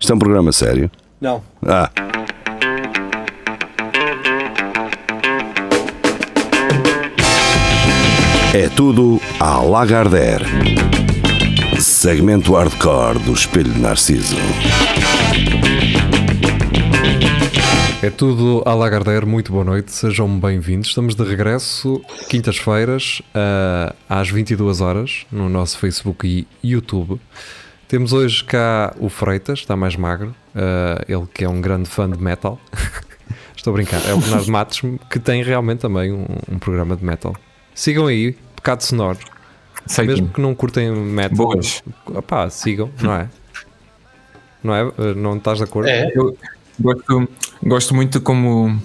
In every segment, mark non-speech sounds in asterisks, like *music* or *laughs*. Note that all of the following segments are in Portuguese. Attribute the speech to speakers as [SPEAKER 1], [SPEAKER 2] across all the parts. [SPEAKER 1] Isto é um programa sério.
[SPEAKER 2] Não.
[SPEAKER 1] Ah, é tudo à Lagardère. Segmento hardcore do Espelho de Narciso.
[SPEAKER 3] É tudo à Lagardère, muito boa noite, sejam bem-vindos. Estamos de regresso quintas-feiras ah, às 22 horas no nosso Facebook e YouTube. Temos hoje cá o Freitas, está mais magro, ah, ele que é um grande fã de metal. *laughs* Estou a brincar, é o Bernardo Matos, que tem realmente também um, um programa de metal. Sigam aí, Pecado Sonoro,
[SPEAKER 4] Sei
[SPEAKER 3] mesmo
[SPEAKER 4] Mesmo...
[SPEAKER 3] que não curtem metal.
[SPEAKER 4] Boas.
[SPEAKER 3] Opá, sigam, não é? Não é? Ah, Não estás de acordo?
[SPEAKER 2] É.
[SPEAKER 4] Eu gosto, gosto muito como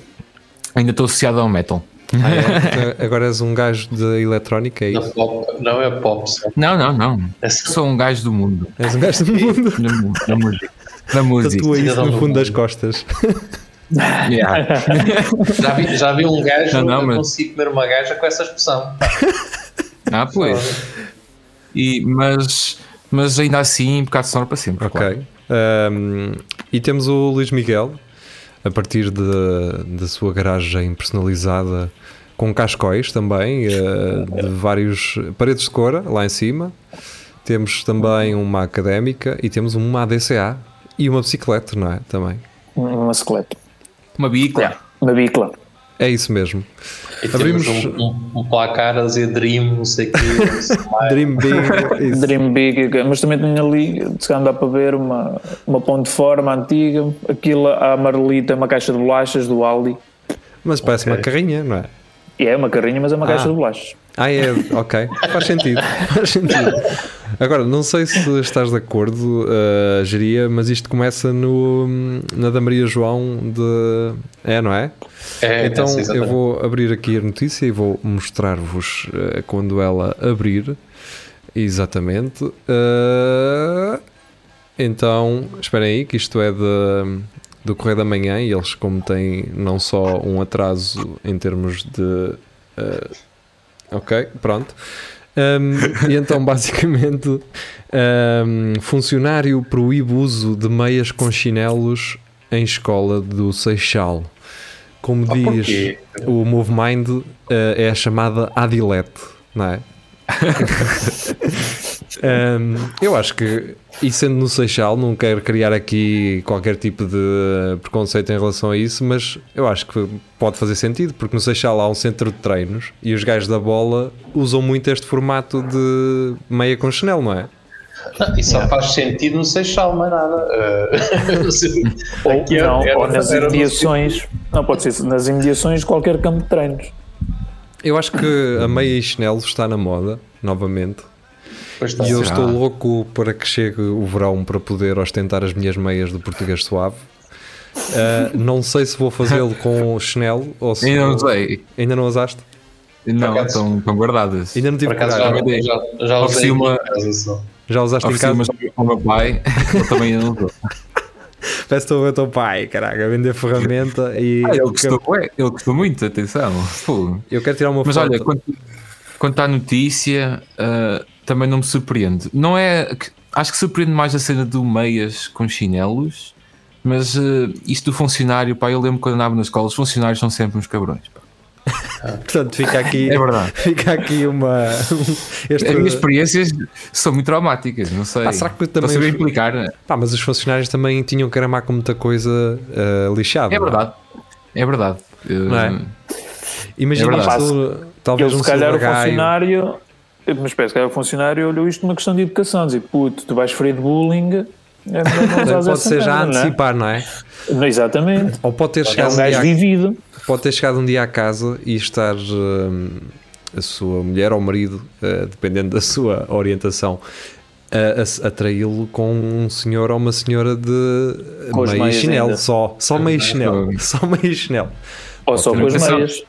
[SPEAKER 4] ainda estou associado ao metal.
[SPEAKER 3] Ah, é? Então Agora és um gajo de eletrónica, é
[SPEAKER 2] Não,
[SPEAKER 3] isso?
[SPEAKER 2] pop, não é pop. só.
[SPEAKER 4] Não, não, não.
[SPEAKER 2] É
[SPEAKER 4] Eu
[SPEAKER 2] só-
[SPEAKER 4] sou um gajo do mundo.
[SPEAKER 3] És um *laughs* gajo do mundo.
[SPEAKER 4] Da, mu- da música.
[SPEAKER 3] *laughs*
[SPEAKER 4] Da música.
[SPEAKER 3] Tatua isso
[SPEAKER 2] Cidadão
[SPEAKER 3] no
[SPEAKER 2] do
[SPEAKER 3] fundo
[SPEAKER 2] mundo.
[SPEAKER 3] das costas.
[SPEAKER 4] Yeah.
[SPEAKER 2] Já vi, já vi um gajo,
[SPEAKER 4] Não, não,
[SPEAKER 2] eu
[SPEAKER 4] mas-
[SPEAKER 2] consegui comer uma gaja com essa expressão.
[SPEAKER 4] Ah, pois. E, mas, mas ainda assim, um bocado sonoro para sempre. claro.
[SPEAKER 3] Ok. Um, e temos o Luís Miguel, a partir de- da sua garagem personalizada com cascóis também, eh, de vários paredes de cora lá em cima. Temos também uma académica e temos uma ADCA e uma bicicleta, não é? Também.
[SPEAKER 5] Uma Um, esqueleto.
[SPEAKER 4] Uma bicla.
[SPEAKER 5] Uma bicla.
[SPEAKER 3] É isso mesmo.
[SPEAKER 2] E
[SPEAKER 3] Abrimos-
[SPEAKER 2] temos um, um, um placar a dizer Dream, não sei o quê. não sei lá.
[SPEAKER 3] Dream Big. isso.
[SPEAKER 5] Dream Big, mas também tenho ali, se calhar dá para ver, uma, uma ponte de forma antiga. Aquilo, a amarelita, é uma caixa de bolachas do Aldi.
[SPEAKER 3] *laughs* Mas parece uma carrinha, não é?
[SPEAKER 5] E é uma carrinha, mas é uma caixa de bolachas.
[SPEAKER 3] Ah, é, ok. Faz sentido. Faz sentido. Agora, não sei se estás de acordo, uh, Geria, mas isto começa no, na da Maria João de. É, não é?
[SPEAKER 2] É,
[SPEAKER 3] então
[SPEAKER 2] essa,
[SPEAKER 3] eu
[SPEAKER 2] exatamente.
[SPEAKER 3] vou abrir aqui a notícia e vou mostrar-vos uh, quando ela abrir. Exatamente. Uh, então, esperem aí, que isto é de, do Correio da Manhã e eles, como têm não só um atraso em termos de. uh, ok, pronto. Um, e então, *laughs* basicamente, um, funcionário proíbe uso de meias com chinelos em escola do Seixal. Como
[SPEAKER 2] Ah,
[SPEAKER 3] diz
[SPEAKER 2] porquê?
[SPEAKER 3] o MoveMind, uh, é a chamada Adilete, não
[SPEAKER 2] *laughs*
[SPEAKER 3] é? Um, eu acho que, e sendo no Seixal, não quero criar aqui qualquer tipo de preconceito em relação a isso, mas eu acho que pode fazer sentido, porque no Seixal há um centro de treinos e os gajos da bola usam muito este formato de meia com chinelo, não é?
[SPEAKER 2] Não, Isso só faz sentido no Seixal, mais nada. *laughs* Eh, não sei.
[SPEAKER 5] Ou,
[SPEAKER 2] Aqui
[SPEAKER 5] não,
[SPEAKER 2] era-
[SPEAKER 5] ou
[SPEAKER 2] era-
[SPEAKER 5] nas
[SPEAKER 2] era-
[SPEAKER 5] imediações. Não, pode ser isso, nas imediações de qualquer campo de treinos.
[SPEAKER 3] Eu acho que a meia e chinelo está na moda, novamente,
[SPEAKER 2] Pois tá. está.
[SPEAKER 3] e eu
[SPEAKER 4] Será?
[SPEAKER 3] estou louco para que chegue o verão para poder ostentar as minhas meias do português suave. Ah, não sei se vou fazê-lo
[SPEAKER 4] *laughs*
[SPEAKER 3] com chinelo ou se
[SPEAKER 4] Ainda não sei.
[SPEAKER 3] Ainda não usaste?
[SPEAKER 4] Não,
[SPEAKER 2] acaso-
[SPEAKER 4] estão, estão guardadas.
[SPEAKER 3] Ainda não
[SPEAKER 2] Por
[SPEAKER 3] tive
[SPEAKER 2] acaso
[SPEAKER 3] coragem.
[SPEAKER 4] Claro.
[SPEAKER 2] já, já, já usei
[SPEAKER 4] Ofereci uma-
[SPEAKER 2] uma casa só.
[SPEAKER 3] já, usaste em
[SPEAKER 4] Ofereci
[SPEAKER 3] casa?
[SPEAKER 4] umas ao meu pai, *laughs* ele também
[SPEAKER 3] Ah,
[SPEAKER 4] ainda não usou.
[SPEAKER 3] Parece que estou a ver o teu pai, caraca, a vender ferramenta e
[SPEAKER 4] *laughs* Ah, ele,
[SPEAKER 3] eu,
[SPEAKER 4] gostou,
[SPEAKER 3] quero,
[SPEAKER 4] ué, ele gostou muito, atenção. Fogo.
[SPEAKER 3] eu quero tirar uma
[SPEAKER 4] Mas
[SPEAKER 3] foto.
[SPEAKER 4] olha, quanto, quanto à notícia, ah, também não me surpreende. Não é. que- Acho que surpreende mais a cena do meias com chinelos, mas ah, isto do funcionário, pá, eu lembro quando andava na escola, os funcionários são sempre uns cabrões. pá.
[SPEAKER 3] Portanto, fica aqui,
[SPEAKER 4] *laughs* É verdade. É
[SPEAKER 3] fica aqui uma. Este,
[SPEAKER 4] As minhas experiências são muito traumáticas, não sei.
[SPEAKER 3] Pá, Ah, será que eu também-
[SPEAKER 4] Para saber implicar, né?
[SPEAKER 3] Pá, mas os funcionários também tinham que aramar com muita coisa ah, lixada.
[SPEAKER 4] é
[SPEAKER 3] não
[SPEAKER 4] verdade. É verdade. Ah,
[SPEAKER 3] Não é? Imagina
[SPEAKER 4] É verdade.
[SPEAKER 3] isto,
[SPEAKER 5] Ele,
[SPEAKER 3] talvez um
[SPEAKER 5] se calhar, o
[SPEAKER 3] silvergaio.
[SPEAKER 5] funcionário. Mas espera, se calhar o funcionário olhou isto numa questão de educação. Dizer, puto, tu vais ferir de bullying. É melhor não usares
[SPEAKER 3] Pode
[SPEAKER 5] essa
[SPEAKER 3] ser já a
[SPEAKER 5] merda, não é?
[SPEAKER 3] antecipar, não é?
[SPEAKER 5] Não, Exatamente.
[SPEAKER 3] Ou pode ter
[SPEAKER 5] É
[SPEAKER 3] chegado
[SPEAKER 5] um
[SPEAKER 3] um dia
[SPEAKER 5] gajo
[SPEAKER 3] a-
[SPEAKER 5] vivido.
[SPEAKER 3] Pode ter chegado um dia à casa e estar hum, a sua mulher ou marido, eh, dependendo da sua orientação, a, a se- a traí-lo com um senhor ou uma senhora de
[SPEAKER 5] Com as
[SPEAKER 3] meio
[SPEAKER 5] meias
[SPEAKER 3] chinelo,
[SPEAKER 5] ainda.
[SPEAKER 3] só, só meio chinelo, *laughs* só meio chinelo.
[SPEAKER 5] Ou só com as
[SPEAKER 4] Educação.
[SPEAKER 5] meias.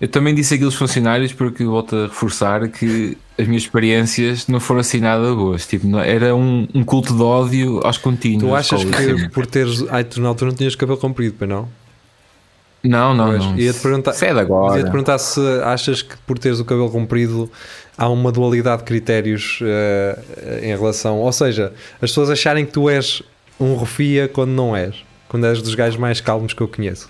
[SPEAKER 4] Eu também disse aquilo aos funcionários porque volto a reforçar que as minhas experiências não foram assim nada boas. Tipo, não- era um, um culto de ódio aos contínuos.
[SPEAKER 3] Tu achas
[SPEAKER 4] Ou
[SPEAKER 3] que
[SPEAKER 4] assim.
[SPEAKER 3] por teres. Ai, tu na altura não tinhas cabelo comprido, pois não?
[SPEAKER 4] Não, não,
[SPEAKER 3] Pois,
[SPEAKER 4] não.
[SPEAKER 3] ia-te perguntar-
[SPEAKER 4] Isso é de
[SPEAKER 3] Mas
[SPEAKER 4] agora.
[SPEAKER 3] ia te perguntar se achas que por teres o cabelo comprido há uma eh, dualidade de critérios eh, em relação. Ou seja, as pessoas acharem que tu és um refia quando não és. Quando és dos gajos mais calmos que eu conheço.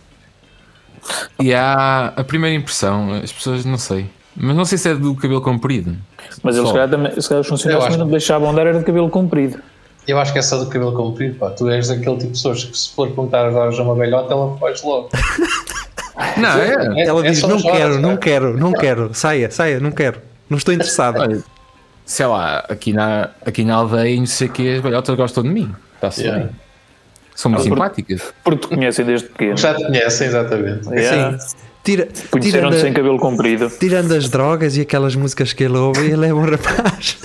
[SPEAKER 4] E há a primeira impressão, as pessoas não sei. Mas não sei se é do cabelo comprido.
[SPEAKER 5] Mas eles,
[SPEAKER 4] Só.
[SPEAKER 5] se calhar, também, se calhar os
[SPEAKER 2] Eu
[SPEAKER 5] funcionários
[SPEAKER 2] acho.
[SPEAKER 5] também não deixavam dar, era de cabelo comprido.
[SPEAKER 2] Eu acho que essa do cabelo comprido, pá, tu és aquele tipo de pessoas que se for perguntar as horas a uma velhota, ela foge logo.
[SPEAKER 4] Não, é.
[SPEAKER 2] É-
[SPEAKER 3] Ela
[SPEAKER 2] é
[SPEAKER 3] diz:
[SPEAKER 2] só
[SPEAKER 3] Não
[SPEAKER 2] nas horas,
[SPEAKER 3] quero, não
[SPEAKER 2] pá."
[SPEAKER 3] quero, não quero, saia, saia, não quero, não estou interessada.
[SPEAKER 4] Olha, Sei lá, aqui na, aqui na aldeia, e não sei o que, as velhotas gostam de mim. Está-se
[SPEAKER 2] Yeah.
[SPEAKER 4] bem. São
[SPEAKER 3] Ah,
[SPEAKER 4] muito simpáticas.
[SPEAKER 5] Porque te conhecem desde pequeno.
[SPEAKER 2] Já te conhecem, exatamente.
[SPEAKER 5] Yeah.
[SPEAKER 3] Sim, tira, tirando,
[SPEAKER 5] Conheceram-te sem cabelo comprido.
[SPEAKER 3] tirando as drogas e aquelas músicas que ele ouve, ele é um *laughs* rapaz.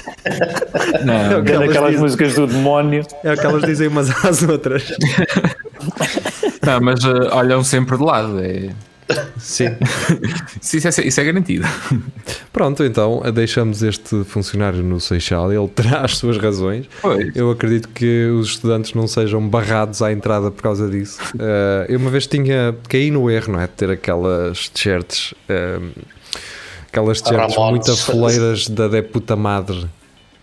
[SPEAKER 4] Não,
[SPEAKER 3] que elas
[SPEAKER 5] Aquelas
[SPEAKER 3] dizem.
[SPEAKER 5] músicas do demónio.
[SPEAKER 3] É o que elas dizem umas às outras.
[SPEAKER 4] não, mas eh, olham sempre de lado. É, *laughs*
[SPEAKER 3] Sim.
[SPEAKER 4] isso, isso é, isso é garantido.
[SPEAKER 3] Pronto, então deixamos este funcionário no Seixal, ele *laughs* terá as suas razões.
[SPEAKER 4] Pois.
[SPEAKER 3] Eu acredito que os estudantes não sejam barrados à entrada por causa disso. Eh, eu uma vez tinha caí no erro, não é? De ter aquelas t-shirts, eh, aquelas t-shirts
[SPEAKER 2] Ramones.
[SPEAKER 3] muito afoleiras da deputa madre.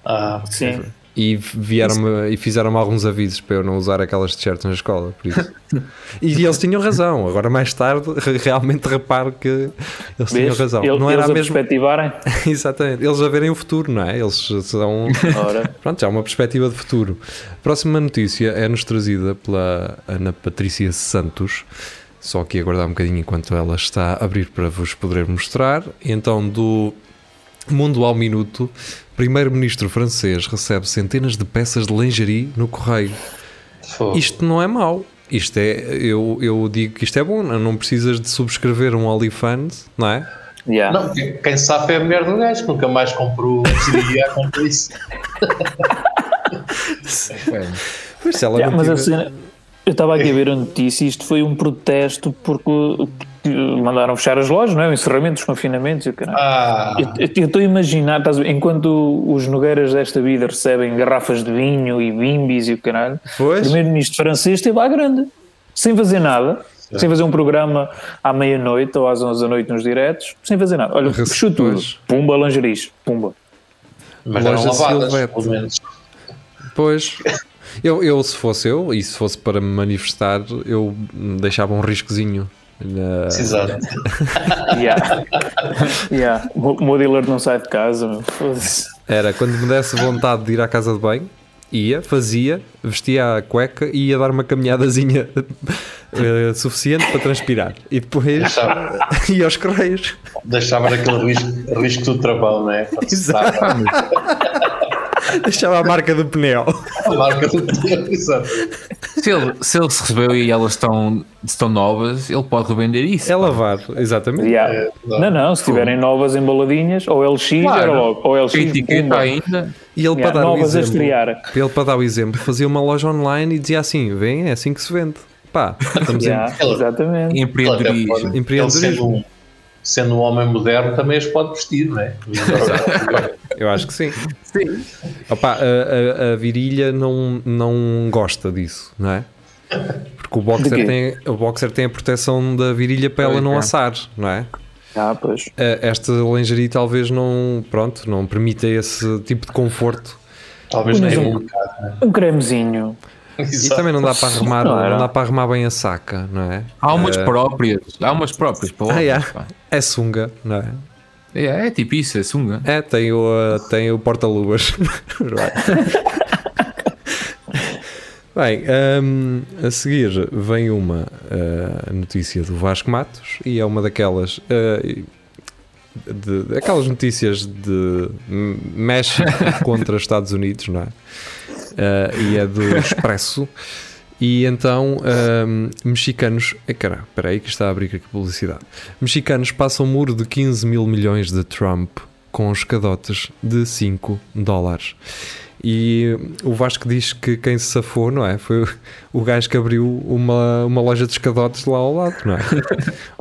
[SPEAKER 2] Ah,
[SPEAKER 5] Sim.
[SPEAKER 3] E vieram e fizeram-me alguns avisos para eu não usar aquelas t-shirts na escola, por isso. e eles tinham razão. Agora mais tarde *laughs* re- realmente reparo que eles tinham
[SPEAKER 5] Vês?
[SPEAKER 3] razão.
[SPEAKER 5] Ele-
[SPEAKER 3] não
[SPEAKER 5] eles
[SPEAKER 3] era a
[SPEAKER 5] a
[SPEAKER 3] mesma
[SPEAKER 5] perspectivarem.
[SPEAKER 3] *laughs* Exatamente. Eles a verem o futuro, não é? Eles são.
[SPEAKER 5] Ora,
[SPEAKER 3] Pronto, já há uma perspectiva de futuro. Próxima notícia é-nos trazida pela Ana Patrícia Santos. Só que aguardar um bocadinho enquanto ela está a abrir para vos poder mostrar. Então, do Mundo ao Minuto, primeiro-ministro francês recebe centenas de peças de lingerie no correio.
[SPEAKER 2] fogo.
[SPEAKER 3] Isto não é mau. Isto é, eu, eu digo que isto é bom. Não precisas de subscrever um OnlyFans, não é?
[SPEAKER 5] yeah.
[SPEAKER 2] Não, quem quem sabe é a mulher do gajo, que nunca mais comprou seria a comprar isso.
[SPEAKER 3] Pois se ela
[SPEAKER 5] Yeah,
[SPEAKER 3] não
[SPEAKER 5] É, mas a
[SPEAKER 3] tiver-
[SPEAKER 5] cena- eu estava aqui a ver a notícia e isto foi um protesto porque porque mandaram fechar as lojas, não é? O encerramento dos confinamentos e o caralho.
[SPEAKER 2] Ah,
[SPEAKER 5] Eu- eu- Eu estou a imaginar, estás a ver, enquanto os Nogueiras desta vida recebem garrafas de vinho e bimbis e o caralho,
[SPEAKER 3] Pois.
[SPEAKER 5] o primeiro-ministro francês esteve à grande, sem fazer nada, sem fazer um programa à meia-noite ou às 11 da noite nos diretos, sem fazer nada. Olha,
[SPEAKER 3] Rece-
[SPEAKER 5] fechou tudo.
[SPEAKER 3] pois.
[SPEAKER 5] Pumba, lingeries, pumba.
[SPEAKER 2] mas eram
[SPEAKER 3] loja
[SPEAKER 2] lavadas,
[SPEAKER 3] Silvete.
[SPEAKER 2] pelo menos.
[SPEAKER 3] Pois. Eu, eu, se fosse eu, e se fosse para me manifestar, eu hum, deixava um riscozinho. na-
[SPEAKER 2] Exato.
[SPEAKER 3] *laughs*
[SPEAKER 5] Yeah. yeah. O o meu dealer não sai de casa, meu. Foda-se.
[SPEAKER 3] Era quando me desse vontade de ir à casa de banho, ia, fazia, vestia a cueca e ia dar uma caminhadazinha *laughs* eh, suficiente para transpirar. E depois
[SPEAKER 2] Deixava,
[SPEAKER 3] *laughs* ia aos correios.
[SPEAKER 2] deixava aquele risco, risco do travão, não é? Para
[SPEAKER 3] Exato.
[SPEAKER 2] testar
[SPEAKER 3] Deixava a marca do pneu.
[SPEAKER 2] A marca do Exato.
[SPEAKER 4] Se ele, se ele se recebeu e elas estão, estão novas, ele pode revender isso.
[SPEAKER 3] É lavar, exatamente.
[SPEAKER 5] Yeah.
[SPEAKER 2] É, não.
[SPEAKER 5] não, não, se tiverem novas embaladinhas, ou LX, era logo, ou LX,
[SPEAKER 4] A etiqueta
[SPEAKER 5] pumba.
[SPEAKER 4] ainda.
[SPEAKER 3] E ele,
[SPEAKER 5] Yeah,
[SPEAKER 3] para dar o
[SPEAKER 5] novas a
[SPEAKER 3] exemplo,
[SPEAKER 5] estrear.
[SPEAKER 3] ele, para dar o exemplo, fazia uma loja online e dizia assim: vem, é assim que se vende. Pá, estamos em
[SPEAKER 5] *laughs* Yeah, exatamente.
[SPEAKER 2] Ele até pode-
[SPEAKER 4] Empreendedorismo.
[SPEAKER 2] Ele sendo
[SPEAKER 3] empreendedorismo.
[SPEAKER 2] um, sendo um homem moderno também as pode vestir, não é?
[SPEAKER 3] Eu acho que sim. Opa, a, a- a virilha não, não gosta disso, não é? Porque o
[SPEAKER 5] De
[SPEAKER 3] boxer,
[SPEAKER 5] quê?
[SPEAKER 3] tem, o boxer tem a proteção da virilha para ela
[SPEAKER 4] Pois,
[SPEAKER 3] não
[SPEAKER 4] é.
[SPEAKER 3] assar, não é?
[SPEAKER 5] Ah, pois.
[SPEAKER 3] Eh, Esta lingerie talvez não, pronto, não permita esse tipo de conforto.
[SPEAKER 2] Talvez nem
[SPEAKER 5] Mas um-
[SPEAKER 2] um bocado, não é?
[SPEAKER 5] Um cremezinho.
[SPEAKER 3] E
[SPEAKER 2] Exato.
[SPEAKER 3] também não dá para arrumar,
[SPEAKER 5] Não
[SPEAKER 3] não,
[SPEAKER 5] era.
[SPEAKER 3] dá para arrumar bem a saca, não é?
[SPEAKER 4] Há umas próprias. Há umas próprias para
[SPEAKER 3] Ah,
[SPEAKER 4] homens,
[SPEAKER 3] yeah.
[SPEAKER 4] pá.
[SPEAKER 3] É sunga, não é?
[SPEAKER 4] é. é tipo isso, é sunga.
[SPEAKER 3] É, tem o, eh, tem o porta-luvas. Bem, hum, a seguir vem uma eh, notícia do Vasco Matos e é uma daquelas. eh, de, aquelas notícias de M- México contra Estados Unidos, não é? Eh, e é do Expresso. E então, hum, mexicanos. eh, Caralho, espera aí que está a abrir aqui publicidade. Mexicanos passam o muro de 15 mil milhões de Trump com os cadotes de 5 dólares. E o Vasco diz que quem se safou, não é? Foi o gajo que abriu uma, uma loja de escadotes lá ao lado,
[SPEAKER 5] *laughs*
[SPEAKER 3] não é?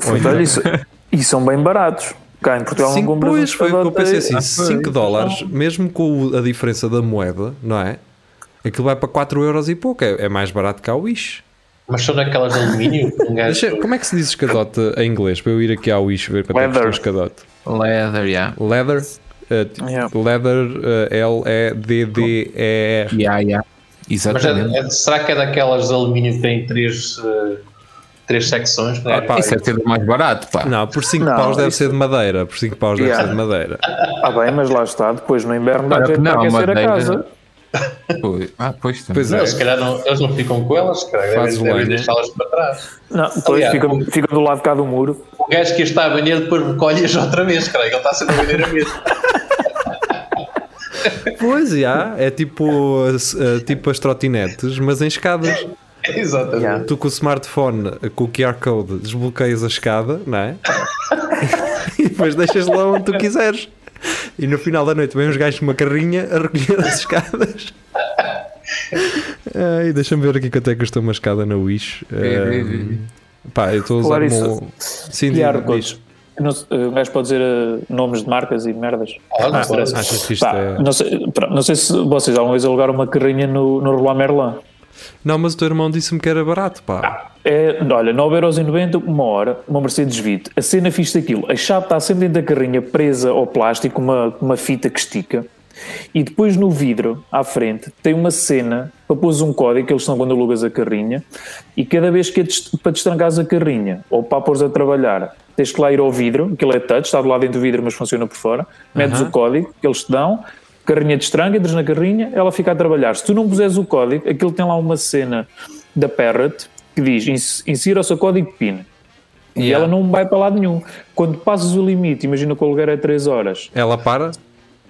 [SPEAKER 3] Ou
[SPEAKER 5] Olha, isso- E são bem baratos. Cá em Portugal não
[SPEAKER 3] Cinco,
[SPEAKER 5] compras
[SPEAKER 3] pois,
[SPEAKER 5] um
[SPEAKER 3] foi o que eu pensei
[SPEAKER 5] escadote aí. então
[SPEAKER 3] assim: 5
[SPEAKER 5] tá
[SPEAKER 3] dólares, mesmo com o- a diferença da moeda, não é? Aquilo vai para 4 euros e pouco, é, é mais barato que a Wish.
[SPEAKER 2] Mas são daquelas de alumínio que um gajo.
[SPEAKER 3] Deixa- como é que se diz escadote em inglês? Para eu ir aqui à Wish ver quanto é que custa o
[SPEAKER 5] Leather.
[SPEAKER 3] escadote.
[SPEAKER 4] Leather, yeah.
[SPEAKER 3] Leather, eh, t-
[SPEAKER 5] Yeah.
[SPEAKER 3] leather, eh, L-E-D-D-E-R.
[SPEAKER 4] Yeah, yeah.
[SPEAKER 2] Mas
[SPEAKER 4] Exatamente.
[SPEAKER 2] é, é- será que é daquelas de alumínio que tem três, eh, três secções? não é?
[SPEAKER 3] Ah, pá,
[SPEAKER 4] Isso é ter mais barato, pá.
[SPEAKER 3] Não, por 5
[SPEAKER 5] Não,
[SPEAKER 3] paus deve
[SPEAKER 5] isso-
[SPEAKER 3] ser de madeira. Por 5 paus deve
[SPEAKER 5] Yeah.
[SPEAKER 3] ser de madeira.
[SPEAKER 5] Ah, bem, mas lá está, depois no inverno dá
[SPEAKER 4] Claro
[SPEAKER 5] tempo
[SPEAKER 4] que
[SPEAKER 5] para
[SPEAKER 4] não,
[SPEAKER 5] aquecer a
[SPEAKER 4] madeira.
[SPEAKER 5] casa.
[SPEAKER 4] Pois, ah, pois, também.
[SPEAKER 3] Pois é.
[SPEAKER 2] Eles, se calhar, não, eles não ficam com elas, se calhar,
[SPEAKER 3] Faz
[SPEAKER 2] devem,
[SPEAKER 3] o
[SPEAKER 2] devem
[SPEAKER 3] ano.
[SPEAKER 2] deixá-las para trás.
[SPEAKER 5] Não, depois
[SPEAKER 2] Aliás,
[SPEAKER 5] fica,
[SPEAKER 3] um
[SPEAKER 2] o-
[SPEAKER 5] fica do lado de cá do muro.
[SPEAKER 2] O gajo que as está a vender depois recolhe-as outra vez, cara, ele está sempre a vender a mesma. *laughs*
[SPEAKER 3] Pois, já. É tipo, as- eh, tipo as trotinetes, mas em escadas.
[SPEAKER 2] Exatamente.
[SPEAKER 5] Yeah.
[SPEAKER 3] Tu com o smartphone, com o QR Code, desbloqueias a escada, não é? *laughs* e depois deixas lá onde tu quiseres. E no final da noite vem uns gajos com uma carrinha a recolher as escadas. Ai, deixa-me ver aqui quanto é que custou uma escada na Wish.
[SPEAKER 4] É, é, é.
[SPEAKER 3] Ah, pá, eu estou a usar
[SPEAKER 5] Falar isso-
[SPEAKER 3] um... Sim, diz-
[SPEAKER 5] Criar
[SPEAKER 3] diz.
[SPEAKER 5] coisas. Não se- eh, Um gajo pode dizer eh, nomes de marcas e merdas.
[SPEAKER 2] Ah, não pode.
[SPEAKER 3] Achas que isto
[SPEAKER 5] Pá,
[SPEAKER 3] é...
[SPEAKER 5] não, sei, pá, não sei se vocês alguma vez alugaram uma carrinha no, no Roland Merlin.
[SPEAKER 3] Não, mas o teu irmão disse-me que era barato, pá.
[SPEAKER 5] É, olha, 9,90€, uma hora, uma Mercedes Vito. A cena fixe daquilo. A chave está sempre dentro da carrinha, presa ao plástico, uma, com uma fita que estica. E depois no vidro, à frente, tem uma cena para pôs um código que eles são quando alugas a carrinha. E cada vez que a des- para destrancares a carrinha ou para a pôres a trabalhar, tens que lá ir ao vidro, aquilo é touch, está do lado dentro do vidro, mas funciona por fora. Metes o código que eles te dão, carrinha destranca, entras na carrinha, ela fica a trabalhar. Se tu não puseres o código, aquilo tem lá uma cena da Parrot que diz: "Ins- insira o seu código PIN. E ela não vai para lado nenhum. Quando passas o limite, imagina que o lugar é 3 horas,
[SPEAKER 3] Ela para,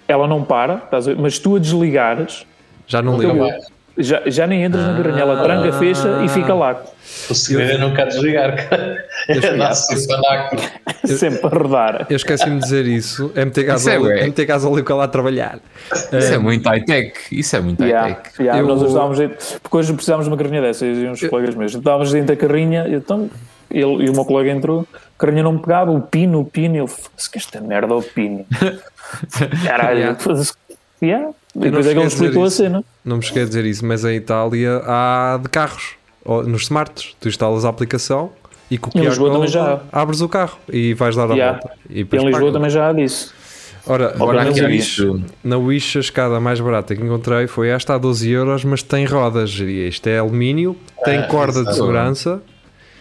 [SPEAKER 5] ela não para, estás a ver? mas tu a desligares,
[SPEAKER 3] já não
[SPEAKER 2] Nunca
[SPEAKER 3] liga.
[SPEAKER 2] mais.
[SPEAKER 5] já, já nem entras na carrinha,
[SPEAKER 3] Ah.
[SPEAKER 5] ela tranca, fecha e fica lá, *laughs*
[SPEAKER 2] O segredo é nunca desligar, cara. É *laughs* nosso espanaco.
[SPEAKER 5] sempre a rodar.
[SPEAKER 3] Eu esqueci-me de dizer isso. É meter gás
[SPEAKER 4] Isso é
[SPEAKER 3] óleo-
[SPEAKER 4] bué.
[SPEAKER 3] é meter gás óleo com ela a trabalhar.
[SPEAKER 4] Isso é muito high-tech. Isso é muito
[SPEAKER 5] Yeah,
[SPEAKER 4] high-tech.
[SPEAKER 5] yeah,
[SPEAKER 3] Eu-
[SPEAKER 5] Nós ajudávamos, porque hoje precisávamos de uma carrinha dessa, eu e uns colegas meus. Estávamos dentro da carrinha, eu, então, ele, e o meu colega entrou, a carrinha não me pegava, o pino, o pino, eu "Foda-se que esta merda é
[SPEAKER 3] *laughs*
[SPEAKER 5] o pino. Caralho,
[SPEAKER 3] Yeah.
[SPEAKER 5] foda-se que- yeah. E
[SPEAKER 3] não
[SPEAKER 5] depois é que
[SPEAKER 3] cheguei
[SPEAKER 5] ele
[SPEAKER 3] a
[SPEAKER 5] me
[SPEAKER 3] dizer
[SPEAKER 5] explicou a
[SPEAKER 3] isso.
[SPEAKER 5] cena.
[SPEAKER 3] Não me cheguei a dizer isso, mas em Itália há de carros, ou nos smarts. Tu instalas a aplicação e com o
[SPEAKER 5] Em
[SPEAKER 3] QR
[SPEAKER 5] Lisboa também
[SPEAKER 3] Code
[SPEAKER 5] já há.
[SPEAKER 3] abres o carro e vais dar a
[SPEAKER 5] Yeah.
[SPEAKER 3] volta. E
[SPEAKER 5] E
[SPEAKER 3] depois
[SPEAKER 5] em Lisboa
[SPEAKER 3] pagas.
[SPEAKER 5] também é já há disso.
[SPEAKER 3] Ora,
[SPEAKER 4] Agora
[SPEAKER 5] pelo
[SPEAKER 4] aqui há
[SPEAKER 5] menos
[SPEAKER 4] isto.
[SPEAKER 3] na Wish a escada mais barata que encontrei foi esta a 12 euros, mas tem rodas. E isto é alumínio, tem
[SPEAKER 2] Ah,
[SPEAKER 3] corda de
[SPEAKER 2] isso.
[SPEAKER 3] segurança,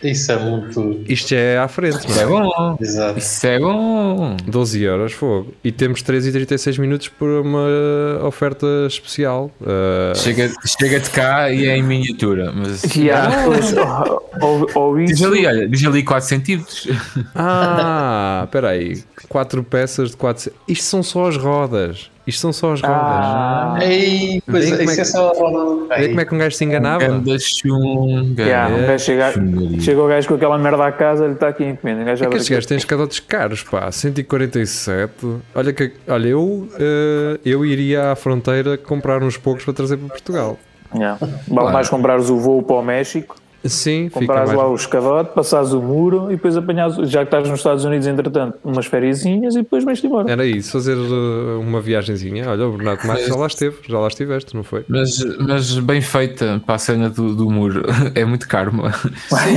[SPEAKER 2] Isso é muito.
[SPEAKER 3] isto é à frente.
[SPEAKER 4] Isso é
[SPEAKER 3] mano.
[SPEAKER 4] bom.
[SPEAKER 2] Exato.
[SPEAKER 4] Isso é bom.
[SPEAKER 3] 12 euros, fogo. E temos 3 e 36 minutos por uma oferta especial. Ah,
[SPEAKER 4] Chega, chega de cá e é em miniatura. Mas
[SPEAKER 5] Yeah. Ah, ou, ou
[SPEAKER 4] diz
[SPEAKER 5] isso,
[SPEAKER 4] ali, olha, diz ali 4 centímetros.
[SPEAKER 3] Ah, espera aí. Quatro peças de quatro. ce- Isto são só as rodas. Isto são só as rodas.
[SPEAKER 5] Ah.
[SPEAKER 2] Ei, pois
[SPEAKER 3] Vê
[SPEAKER 2] é,
[SPEAKER 3] como é
[SPEAKER 2] isso
[SPEAKER 3] que-
[SPEAKER 2] é só a roda.
[SPEAKER 3] Vê como é que um gajo se enganava?
[SPEAKER 4] Ganda chunga.
[SPEAKER 5] Ah,
[SPEAKER 4] é.
[SPEAKER 5] yeah, um gajo chega,
[SPEAKER 4] Chungaria.
[SPEAKER 5] chega o gajo com aquela merda à casa, ele está aqui em encomenda. O
[SPEAKER 3] É
[SPEAKER 5] gajo
[SPEAKER 3] que
[SPEAKER 5] abre
[SPEAKER 3] estes
[SPEAKER 5] aqui.
[SPEAKER 3] gajos têm escadotes caros, pá. 147. Olha, que, olha eu, eh, eu iria à fronteira comprar uns poucos para trazer para Portugal.
[SPEAKER 5] Yeah. Vale mais comprares o voo para o México,
[SPEAKER 3] Sim, fica
[SPEAKER 5] comprares
[SPEAKER 3] mais...
[SPEAKER 5] lá o escadote, passares o muro e depois apanhares, já que estás nos Estados Unidos, entretanto, umas fériasinhas e depois vais-te embora.
[SPEAKER 3] Era isso, fazer eh, uma viagenzinha. Olha, o Bernardo Marques já lá esteve, já lá estiveste, não foi?
[SPEAKER 4] Mas, mas bem feita para a cena do, do muro. *laughs* É muito caro, mas,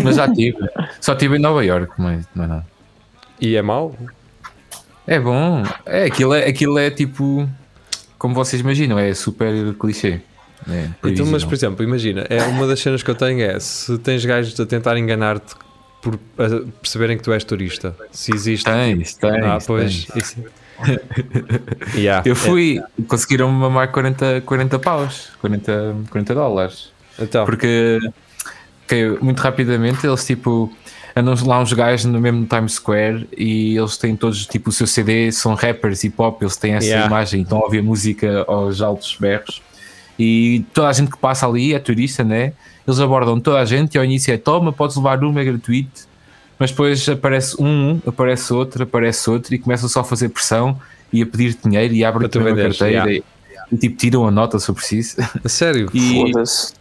[SPEAKER 4] mas já tive. Só tive em Nova York, mas não é nada.
[SPEAKER 3] E é mau?
[SPEAKER 4] É bom. É, aquilo é, aquilo é tipo. Como vocês imaginam, é super clichê. É,
[SPEAKER 3] Então, mas por
[SPEAKER 4] previsível.
[SPEAKER 3] exemplo, imagina, é uma das cenas que eu tenho é se tens gajos a tentar enganar-te por a perceberem que tu és turista, se existe.
[SPEAKER 4] Tens, tens.
[SPEAKER 3] ah,
[SPEAKER 4] tens.
[SPEAKER 3] pois. É. Isso. *laughs* Yeah.
[SPEAKER 4] Eu fui, conseguiram me mamar 40, 40 paus, 40, 40 dólares.
[SPEAKER 3] Então,
[SPEAKER 4] Porque que, muito rapidamente eles tipo andam lá uns gajos no mesmo Times Square e eles têm todos tipo o seu CD, são rappers hip hop, eles têm essa
[SPEAKER 3] Yeah.
[SPEAKER 4] imagem, então ouvem a música aos altos berros e toda a gente que passa ali é turista, né? Eles abordam toda a gente e ao início é toma, podes levar uma, é gratuito, mas depois aparece um, aparece outro, aparece outro e começam só a fazer pressão e a pedir dinheiro e abrem a
[SPEAKER 3] Para tu venderes,
[SPEAKER 4] carteira
[SPEAKER 3] yeah.
[SPEAKER 4] e, e tipo tiram a nota se eu preciso. *laughs*
[SPEAKER 3] a sério,
[SPEAKER 4] E-
[SPEAKER 5] Foda-se.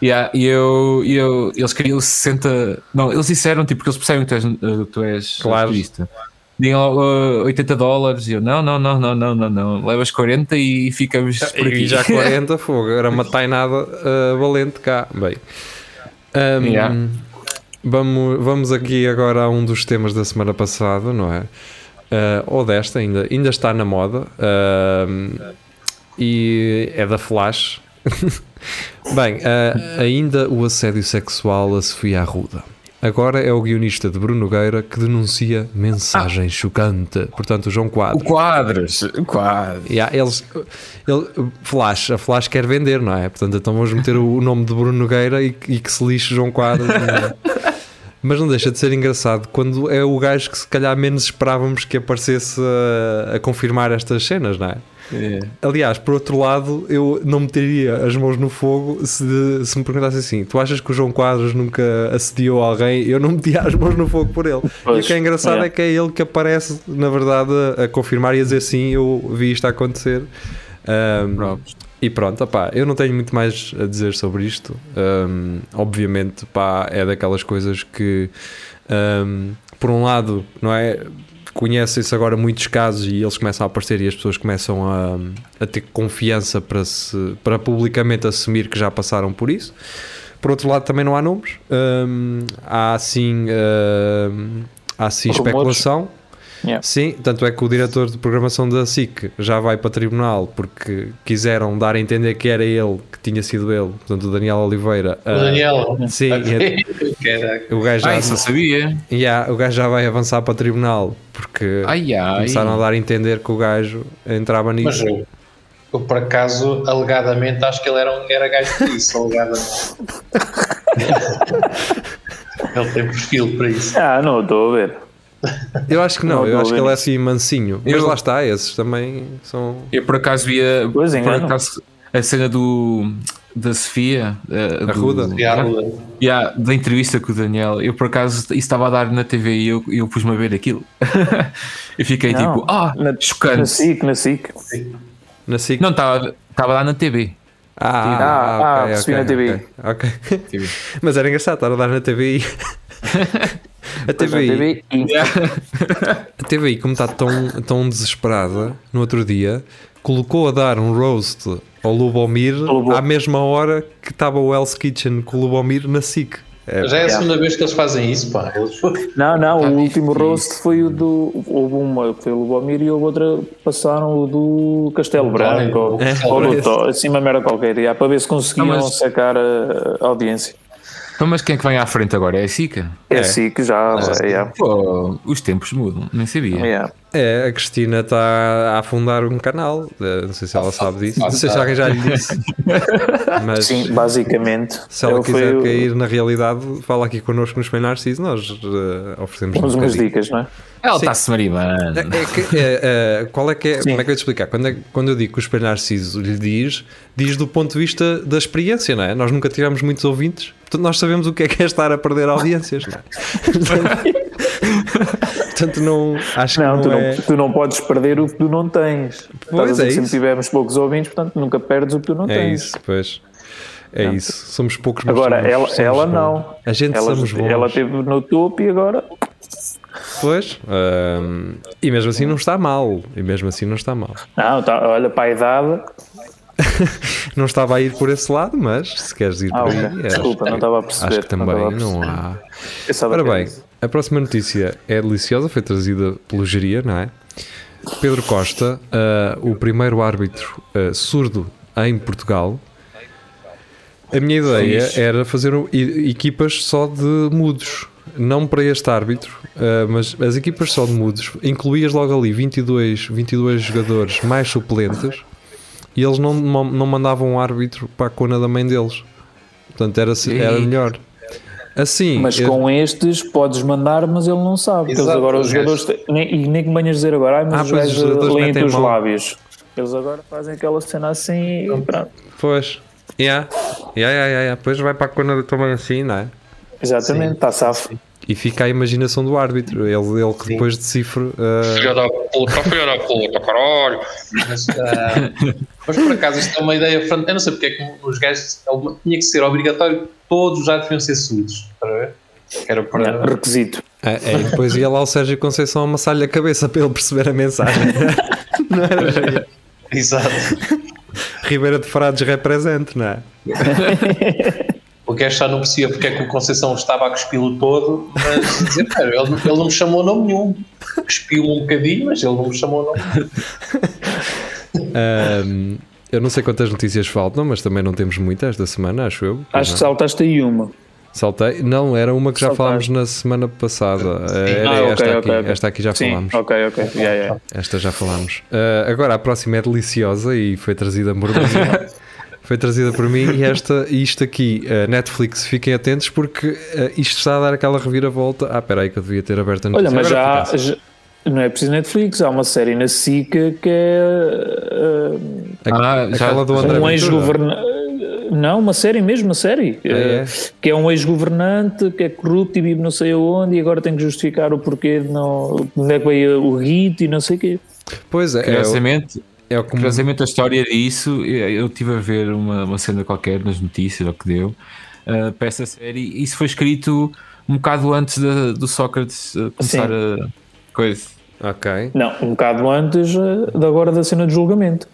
[SPEAKER 4] Yeah, e eu, e eu, eles queriam 60. Não, eles disseram tipo que eles percebem que tu és, eh, que tu és
[SPEAKER 3] Claro.
[SPEAKER 4] turista. Diziam logo, eh, 80 dólares. E eu, não, não, não, não, não, não, não. Levas 40 e ficamos por aqui.
[SPEAKER 3] e
[SPEAKER 4] *laughs*
[SPEAKER 3] já 40 fogo, era uma tainada ah, valente cá. Bem, Ahm,
[SPEAKER 4] Yeah.
[SPEAKER 3] vamos, vamos aqui agora a um dos temas da semana passada, não é? Ah, ou desta, ainda, ainda está na moda. Ahm, e eh, é da Flash, *laughs* Bem, ah, ainda o assédio sexual a Sofia Arruda. Agora é o guionista de Bruno Nogueira que denuncia mensagem
[SPEAKER 4] Ah.
[SPEAKER 3] chocante. Portanto, o João Quadro.
[SPEAKER 4] O Quadros, o Quadros.
[SPEAKER 3] Yeah, eles, ele- Flash, a Flash quer vender, não é? Portanto, então vamos meter o, o nome de Bruno Nogueira e, que- e que se lixe João Quadros. não é? Mas não deixa de ser engraçado quando é o gajo que se calhar menos esperávamos que aparecesse a, a confirmar estas cenas, não é?
[SPEAKER 4] É.
[SPEAKER 3] Aliás, por outro lado, eu não meteria as mãos no fogo se, se me perguntasse assim: tu achas que o João Quadros nunca assediou alguém? Eu não metia as mãos no fogo por ele. e o
[SPEAKER 5] Pois,
[SPEAKER 3] que é engraçado é.
[SPEAKER 5] é.
[SPEAKER 3] que é ele que aparece, na verdade, a, a confirmar e a dizer sim: eu vi isto a acontecer. Ahm,
[SPEAKER 4] Pronto.
[SPEAKER 3] e pronto, opá, eu não tenho muito mais a dizer sobre isto. Ahm, obviamente, pá, é daquelas coisas que, ahm, por um lado, não é? Conhecem-se agora muitos casos e eles começam a aparecer e as pessoas começam a, a ter confiança para, se, para publicamente assumir que já passaram por isso. Por outro lado, também não há nomes. Ahm, há sim, ahm, há sim
[SPEAKER 5] Rumores.
[SPEAKER 3] especulação.
[SPEAKER 5] Yeah.
[SPEAKER 3] Sim, tanto é que o diretor de programação da SIC já vai para tribunal porque quiseram dar a entender que era ele, que tinha sido ele, portanto o Daniel Oliveira.
[SPEAKER 2] O
[SPEAKER 3] ah,
[SPEAKER 2] Daniel.
[SPEAKER 5] né?
[SPEAKER 3] sim, é.
[SPEAKER 2] *laughs* Caraca.
[SPEAKER 3] o gajo, já,
[SPEAKER 4] Ah, isso eu sabia.
[SPEAKER 3] Yeah, o gajo já vai avançar para tribunal porque
[SPEAKER 4] Ai, ai.
[SPEAKER 3] começaram a dar a entender que o gajo entrava
[SPEAKER 2] Mas
[SPEAKER 3] nisso.
[SPEAKER 2] eu, eu, por acaso, alegadamente, acho que ele era, um- era gajo para isso, alegadamente. *laughs* ele tem perfil para isso.
[SPEAKER 5] Ah, não estou a ver.
[SPEAKER 3] eu acho que não,
[SPEAKER 5] Não,
[SPEAKER 3] eu
[SPEAKER 5] não
[SPEAKER 3] acho que
[SPEAKER 5] vi
[SPEAKER 3] ele é
[SPEAKER 5] isso.
[SPEAKER 3] assim mansinho. Mas
[SPEAKER 4] Eu-
[SPEAKER 3] lá está, esses também são.
[SPEAKER 4] Eu por acaso via
[SPEAKER 5] Pois,
[SPEAKER 4] por
[SPEAKER 5] engano.
[SPEAKER 4] acaso, a cena do da Sofia, eh, do-
[SPEAKER 3] Arruda.
[SPEAKER 2] E a Arruda.
[SPEAKER 6] Né?
[SPEAKER 4] Yeah, da entrevista com o Daniel. Eu por acaso isso estava a dar na TV e eu, eu pus-me a ver aquilo. *laughs* eu fiquei
[SPEAKER 5] Não,
[SPEAKER 4] tipo, ah,
[SPEAKER 5] na- Na
[SPEAKER 4] chocante.
[SPEAKER 5] SIC, na SIC.
[SPEAKER 3] Na SIC.
[SPEAKER 4] Não, estava estava lá na TV.
[SPEAKER 3] Ah,
[SPEAKER 5] Ah,
[SPEAKER 3] ah,
[SPEAKER 5] ah,
[SPEAKER 3] ok,
[SPEAKER 5] percebi
[SPEAKER 3] ok,
[SPEAKER 5] na TV.
[SPEAKER 3] ok, ok. *laughs* Mas era engraçado estar a dar na
[SPEAKER 5] *laughs*
[SPEAKER 3] TVI. a TVI.
[SPEAKER 5] TV e
[SPEAKER 3] A TVI, como está tão, tão desesperada, no outro dia, colocou a dar um roast ao Lubomir
[SPEAKER 5] Lubo.
[SPEAKER 3] à mesma hora que estava o Hell's Kitchen com o Lubomir na SIC. É,
[SPEAKER 2] Já é a segunda vez que eles fazem isso, pá. Eles-
[SPEAKER 5] Não,
[SPEAKER 3] Tá
[SPEAKER 5] não,
[SPEAKER 4] Ah,
[SPEAKER 5] o último
[SPEAKER 4] isso.
[SPEAKER 5] roast foi o do. Houve uma que foi o Lubomir e houve outra passaram o do Castelo Branco. ou-
[SPEAKER 2] É.
[SPEAKER 5] Ou do Tó, assim uma merda qualquer, já, para ver se conseguiam
[SPEAKER 4] Não, mas-
[SPEAKER 5] sacar a, a audiência.
[SPEAKER 4] Então, mas quem é que vem à frente agora? É a Sica?
[SPEAKER 5] É assim que já. já,
[SPEAKER 4] Pô, os tempos mudam, nem sabia.
[SPEAKER 5] já.
[SPEAKER 3] é, a Cristina está a afundar um canal. É, Não sei se ela sabe disso. Não sei se alguém já lhe
[SPEAKER 5] *laughs*
[SPEAKER 3] disse. Mas
[SPEAKER 5] Sim, basicamente.
[SPEAKER 3] se ela
[SPEAKER 5] Eu fui-
[SPEAKER 3] quiser cair na realidade, fala aqui connosco no Espelho Narciso. Nós eh, oferecemos
[SPEAKER 5] Uns
[SPEAKER 3] um
[SPEAKER 5] umas
[SPEAKER 3] bocadinho.
[SPEAKER 5] dicas, não é?
[SPEAKER 4] Ela
[SPEAKER 3] Sim.
[SPEAKER 4] está-se marimando.
[SPEAKER 3] É- é que- é, é, qual é que é, como é que eu ia te explicar? Quando, é- quando eu digo que o Espelho Narciso lhe diz, diz do ponto de vista da experiência, não é? Nós nunca tivemos muitos ouvintes, portanto nós sabemos o que é que é estar a perder audiências, não é?
[SPEAKER 5] *laughs*
[SPEAKER 3] Portanto, não, acho que
[SPEAKER 5] Não,
[SPEAKER 3] não,
[SPEAKER 5] tu,
[SPEAKER 3] é...
[SPEAKER 5] Não, tu não podes perder o que tu não tens. Estás a
[SPEAKER 3] Pois,
[SPEAKER 5] dizer
[SPEAKER 3] é
[SPEAKER 5] que
[SPEAKER 3] isso.
[SPEAKER 5] Sempre tivemos poucos ouvintes, portanto nunca perdes o que tu não
[SPEAKER 3] É
[SPEAKER 5] tens.
[SPEAKER 3] isso, pois. É isso. Somos poucos, mas
[SPEAKER 5] Agora,
[SPEAKER 3] somos-
[SPEAKER 5] ela,
[SPEAKER 3] somos
[SPEAKER 5] ela
[SPEAKER 3] bons.
[SPEAKER 5] não.
[SPEAKER 3] A gente
[SPEAKER 5] Ela,
[SPEAKER 3] somos bons.
[SPEAKER 5] ela esteve no topo e agora.
[SPEAKER 3] Pois. ahm, e mesmo assim não está mal. E mesmo assim não está mal.
[SPEAKER 5] Não, tá, olha, para a idade.
[SPEAKER 3] Não estava a ir por esse lado, mas se queres ir
[SPEAKER 5] Ah,
[SPEAKER 3] por aí...
[SPEAKER 5] ok.
[SPEAKER 3] é,
[SPEAKER 5] Desculpa, não estava a perceber.
[SPEAKER 3] Acho que também
[SPEAKER 5] estava a
[SPEAKER 3] não
[SPEAKER 5] perceber.
[SPEAKER 3] há...
[SPEAKER 5] Pensava
[SPEAKER 3] Ora
[SPEAKER 5] que era
[SPEAKER 3] bem,
[SPEAKER 5] isso.
[SPEAKER 3] a próxima notícia é deliciosa, foi trazida pelo Geria, não é? Pedro Costa, ah, o primeiro árbitro ah, surdo em Portugal. A minha ideia era fazer um- e- equipas só de mudos, não para este árbitro, ah, mas as equipas só de mudos, incluías logo ali 22, 22 jogadores mais suplentes e eles não, não mandavam um árbitro para a cona da mãe deles. Portanto, era, era
[SPEAKER 4] Ei.
[SPEAKER 3] melhor. Assim,
[SPEAKER 5] Mas
[SPEAKER 3] eu-
[SPEAKER 5] com estes podes mandar, mas ele não sabe. Porque eles
[SPEAKER 2] Exato,
[SPEAKER 5] agora os
[SPEAKER 2] os
[SPEAKER 5] jogadores. têm- nem- E nem que me venhas dizer agora, ai, mas
[SPEAKER 3] Ah,
[SPEAKER 5] os
[SPEAKER 3] pois, os
[SPEAKER 5] gajos
[SPEAKER 3] jogadores
[SPEAKER 5] leem
[SPEAKER 3] metem
[SPEAKER 5] os
[SPEAKER 3] mal.
[SPEAKER 5] lábios. Eles agora fazem aquela cena assim e pronto.
[SPEAKER 3] Pois. Yeah. Yeah, yeah, yeah, yeah. Pois vai para a corna também assim, não é?
[SPEAKER 5] Exatamente, está safo.
[SPEAKER 3] E fica a imaginação do árbitro. Ele, ele que depois decifra. ah,
[SPEAKER 6] Filha da puta, filha da puta, caralho.
[SPEAKER 2] Mas, ah, mas por acaso isto é uma ideia fran- Eu não sei porque é que os gajos é uma- tinha que ser obrigatório, todos já deviam ser surdos. Para ver? Era para.
[SPEAKER 5] Requisito.
[SPEAKER 3] é, é, e depois ia lá o Sérgio Conceição amassar-lhe a cabeça para ele perceber a mensagem.
[SPEAKER 5] *laughs*
[SPEAKER 3] não era giro.
[SPEAKER 2] Exato.
[SPEAKER 3] Ribeira de Frades represente, não é?
[SPEAKER 2] O gajo já não percebia porque é que o Conceição estava a cuspi-lo todo, mas dizer, "Pera, ele, ele não me chamou nome nenhum. Cuspiu-me um bocadinho, mas ele não me chamou nome nenhum.
[SPEAKER 3] Ahm, Eu não sei quantas notícias faltam, mas também não temos muitas esta semana, acho eu.
[SPEAKER 5] Acho que
[SPEAKER 3] não.
[SPEAKER 5] saltaste aí uma.
[SPEAKER 3] Saltei. Não, era uma que já
[SPEAKER 5] Saltaste.
[SPEAKER 3] falámos na semana passada. Era
[SPEAKER 5] Ah, ok,
[SPEAKER 3] esta, aqui.
[SPEAKER 5] ok, ok.
[SPEAKER 3] esta aqui já
[SPEAKER 5] Sim,
[SPEAKER 3] falámos.
[SPEAKER 5] ok, ok. Yeah, yeah.
[SPEAKER 3] Esta já falámos. Ah, agora a próxima é deliciosa e foi trazida por mim. foi trazida por mim e esta, e isto aqui, ah, Netflix, fiquem atentos porque ah, isto está a dar aquela reviravolta. Ah, peraí que eu devia ter aberto a
[SPEAKER 5] Olha,
[SPEAKER 3] notícia.
[SPEAKER 5] mas
[SPEAKER 3] Agora
[SPEAKER 5] já,
[SPEAKER 3] fica assim.
[SPEAKER 5] já- Não é preciso Netflix, há uma série na SICA que é. eh,
[SPEAKER 3] Aqu-
[SPEAKER 4] Ah, já-
[SPEAKER 3] aquela do
[SPEAKER 4] já-
[SPEAKER 3] André
[SPEAKER 5] um
[SPEAKER 3] Ventura.
[SPEAKER 5] ex-governante. Não, uma série mesmo, uma série.
[SPEAKER 3] é?
[SPEAKER 5] Eh, Que é um ex-governante que é corrupto e vive não sei aonde e agora tem que justificar o porquê de não. de onde é que veio o guito e não sei o quê.
[SPEAKER 3] Pois é, é, o-
[SPEAKER 4] Curiosamente,
[SPEAKER 3] é o como.
[SPEAKER 4] Curiosamente, a história disso, eu eu tive a ver uma, uma cena qualquer nas notícias, ou que deu, eh, para essa série. Isso foi escrito um bocado antes da- do Sócrates eh, começar a coisa.
[SPEAKER 3] Ok.
[SPEAKER 5] Não, um bocado antes eh, de agora da cena de julgamento.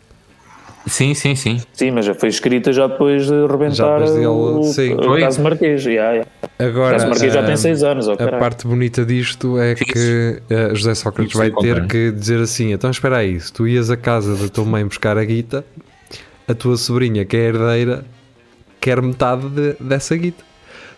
[SPEAKER 4] Sim, sim, sim.
[SPEAKER 5] Sim, mas já foi escrita já depois de
[SPEAKER 3] Já
[SPEAKER 5] rebentar
[SPEAKER 3] depois dele,
[SPEAKER 5] o,
[SPEAKER 3] sim.
[SPEAKER 5] o
[SPEAKER 4] Foi?
[SPEAKER 5] caso Marquês. Yeah, yeah. O
[SPEAKER 3] Agora.
[SPEAKER 5] caso Marquês já tem
[SPEAKER 3] ah,
[SPEAKER 5] 6 anos, oh,
[SPEAKER 3] A
[SPEAKER 5] caralho.
[SPEAKER 3] parte bonita disto é que eh, José Sócrates
[SPEAKER 4] Isso
[SPEAKER 3] vai
[SPEAKER 4] eu
[SPEAKER 3] ter
[SPEAKER 4] comprei.
[SPEAKER 3] que dizer assim: então espera aí, se tu ias à casa da tua mãe buscar a guita, a tua sobrinha, que é herdeira, quer metade de- dessa guita.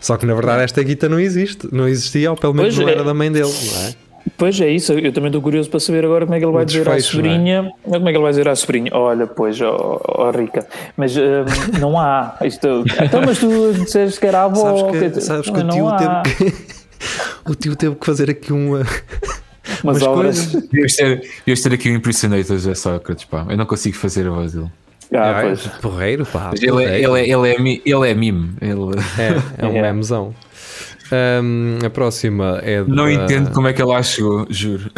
[SPEAKER 3] Só que na verdade esta guita não existe, não existia, ou pelo menos
[SPEAKER 5] Pois
[SPEAKER 3] não
[SPEAKER 5] é.
[SPEAKER 3] era da mãe dele, não é?
[SPEAKER 5] Pois é isso, eu também estou curioso para saber agora como é que ele vai
[SPEAKER 3] O
[SPEAKER 5] dizer à
[SPEAKER 3] desfecho, não é?
[SPEAKER 5] sobrinha. Como é que ele vai dizer à sobrinha? Olha, pois, ó ó, rica, mas hum, *laughs* não há. Isto, então, mas tu disseste que era a avó.
[SPEAKER 3] Sabes que,
[SPEAKER 5] quer dizer,
[SPEAKER 3] sabes que o
[SPEAKER 5] não
[SPEAKER 3] tio
[SPEAKER 5] há.
[SPEAKER 3] teve que. O tio teve que fazer aqui um, eh, uma,
[SPEAKER 5] Mas
[SPEAKER 3] umas
[SPEAKER 5] obras.
[SPEAKER 3] coisas.
[SPEAKER 4] Devias ter, devias ter aqui um impressionante do José Sócrates, pá. Eu não consigo fazer a voz dele.
[SPEAKER 5] Ah,
[SPEAKER 3] Ah,
[SPEAKER 5] pois.
[SPEAKER 3] Porreiro, pá.
[SPEAKER 4] Mas ele, é,
[SPEAKER 3] porreiro.
[SPEAKER 4] ele, é, ele, é, mi- ele é mime. *laughs* Ele-
[SPEAKER 3] É, é um
[SPEAKER 5] Yeah.
[SPEAKER 3] memezão. Ahm, a próxima é
[SPEAKER 4] Não
[SPEAKER 5] Ah.
[SPEAKER 3] da-
[SPEAKER 4] entendo como é que ele lá chegou, juro.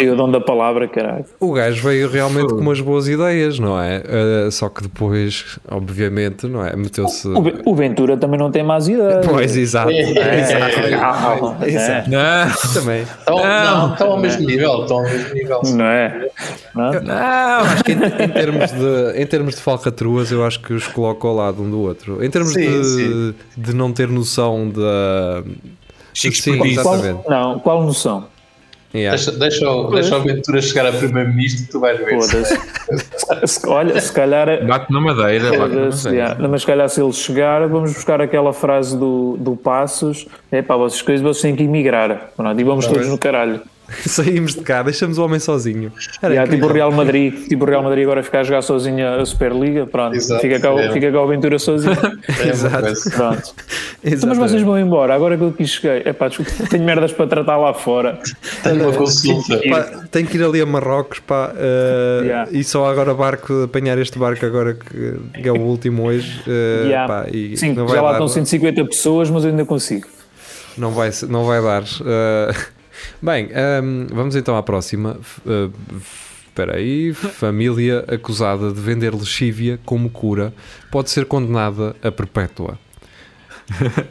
[SPEAKER 5] E o dom da palavra, caralho.
[SPEAKER 3] O gajo veio realmente
[SPEAKER 4] Fogo.
[SPEAKER 3] com umas boas ideias, não é? Ah, só que depois, obviamente, não é? Meteu-se.
[SPEAKER 5] O, Ve- o Ventura também não tem mais idade.
[SPEAKER 3] Pois, exato.
[SPEAKER 2] É.
[SPEAKER 5] é? Ah, é.
[SPEAKER 4] Não,
[SPEAKER 3] Também.
[SPEAKER 2] Estão, não, estão ao mesmo nível, estão ao mesmo nível.
[SPEAKER 5] Não é? Não?
[SPEAKER 4] não.
[SPEAKER 3] Acho que em, em termos de, em termos de falcatruas, eu acho que os coloco ao lado um do outro. Em termos
[SPEAKER 2] Sim,
[SPEAKER 3] de,
[SPEAKER 2] sim.
[SPEAKER 3] de não ter noção da.
[SPEAKER 4] Chico
[SPEAKER 3] Sim,
[SPEAKER 4] Esperdiço.
[SPEAKER 5] Qual,
[SPEAKER 3] exatamente.
[SPEAKER 5] não, qual noção?
[SPEAKER 3] Yeah.
[SPEAKER 2] Deixa, deixa, o- deixa o Ventura chegar a primeiro-ministro e tu vais ver.
[SPEAKER 5] Foda-se. Se- Olha, se calhar. é-
[SPEAKER 4] Bate na madeira, bate na
[SPEAKER 3] é
[SPEAKER 5] Foda-se,
[SPEAKER 4] madeira.
[SPEAKER 5] yeah. Não, Mas se calhar se ele chegar, vamos buscar aquela frase do, do Passos: é pá, vocês coisas vocês têm que emigrar. Pronto, e vamos todos no caralho.
[SPEAKER 3] *laughs* Saímos de cá, deixamos o homem sozinho. Era
[SPEAKER 5] Yeah, tipo o
[SPEAKER 3] incrível.
[SPEAKER 5] Real Madrid, tipo o Real Madrid agora fica a jogar sozinho a Superliga. Pronto,
[SPEAKER 2] Exato,
[SPEAKER 5] fica, cá, o-
[SPEAKER 2] é.
[SPEAKER 5] fica cá o Ventura
[SPEAKER 3] *laughs*
[SPEAKER 5] sozinho.
[SPEAKER 2] É uma coisa.
[SPEAKER 5] Pronto. Então, mas
[SPEAKER 3] Exatamente.
[SPEAKER 5] vocês vão embora, agora que eu aqui cheguei. É pá, desculpa, tenho merdas para tratar lá fora.
[SPEAKER 2] Tenho uma consulta.
[SPEAKER 3] Pá, tenho que ir ali a Marrocos pá, eh,
[SPEAKER 5] Yeah.
[SPEAKER 3] e só agora barco apanhar este barco agora que, que é o último hoje eh,
[SPEAKER 5] Yeah.
[SPEAKER 3] pá, e
[SPEAKER 5] Sim,
[SPEAKER 3] não vai
[SPEAKER 5] já lá
[SPEAKER 3] dar,
[SPEAKER 5] estão 150 pessoas, mas eu ainda consigo.
[SPEAKER 3] não vai se- não vai dar eh. *laughs* bem ehm, vamos então à próxima F- eh, f- espera aí família acusada de vender lexívia como cura pode ser condenada a perpétua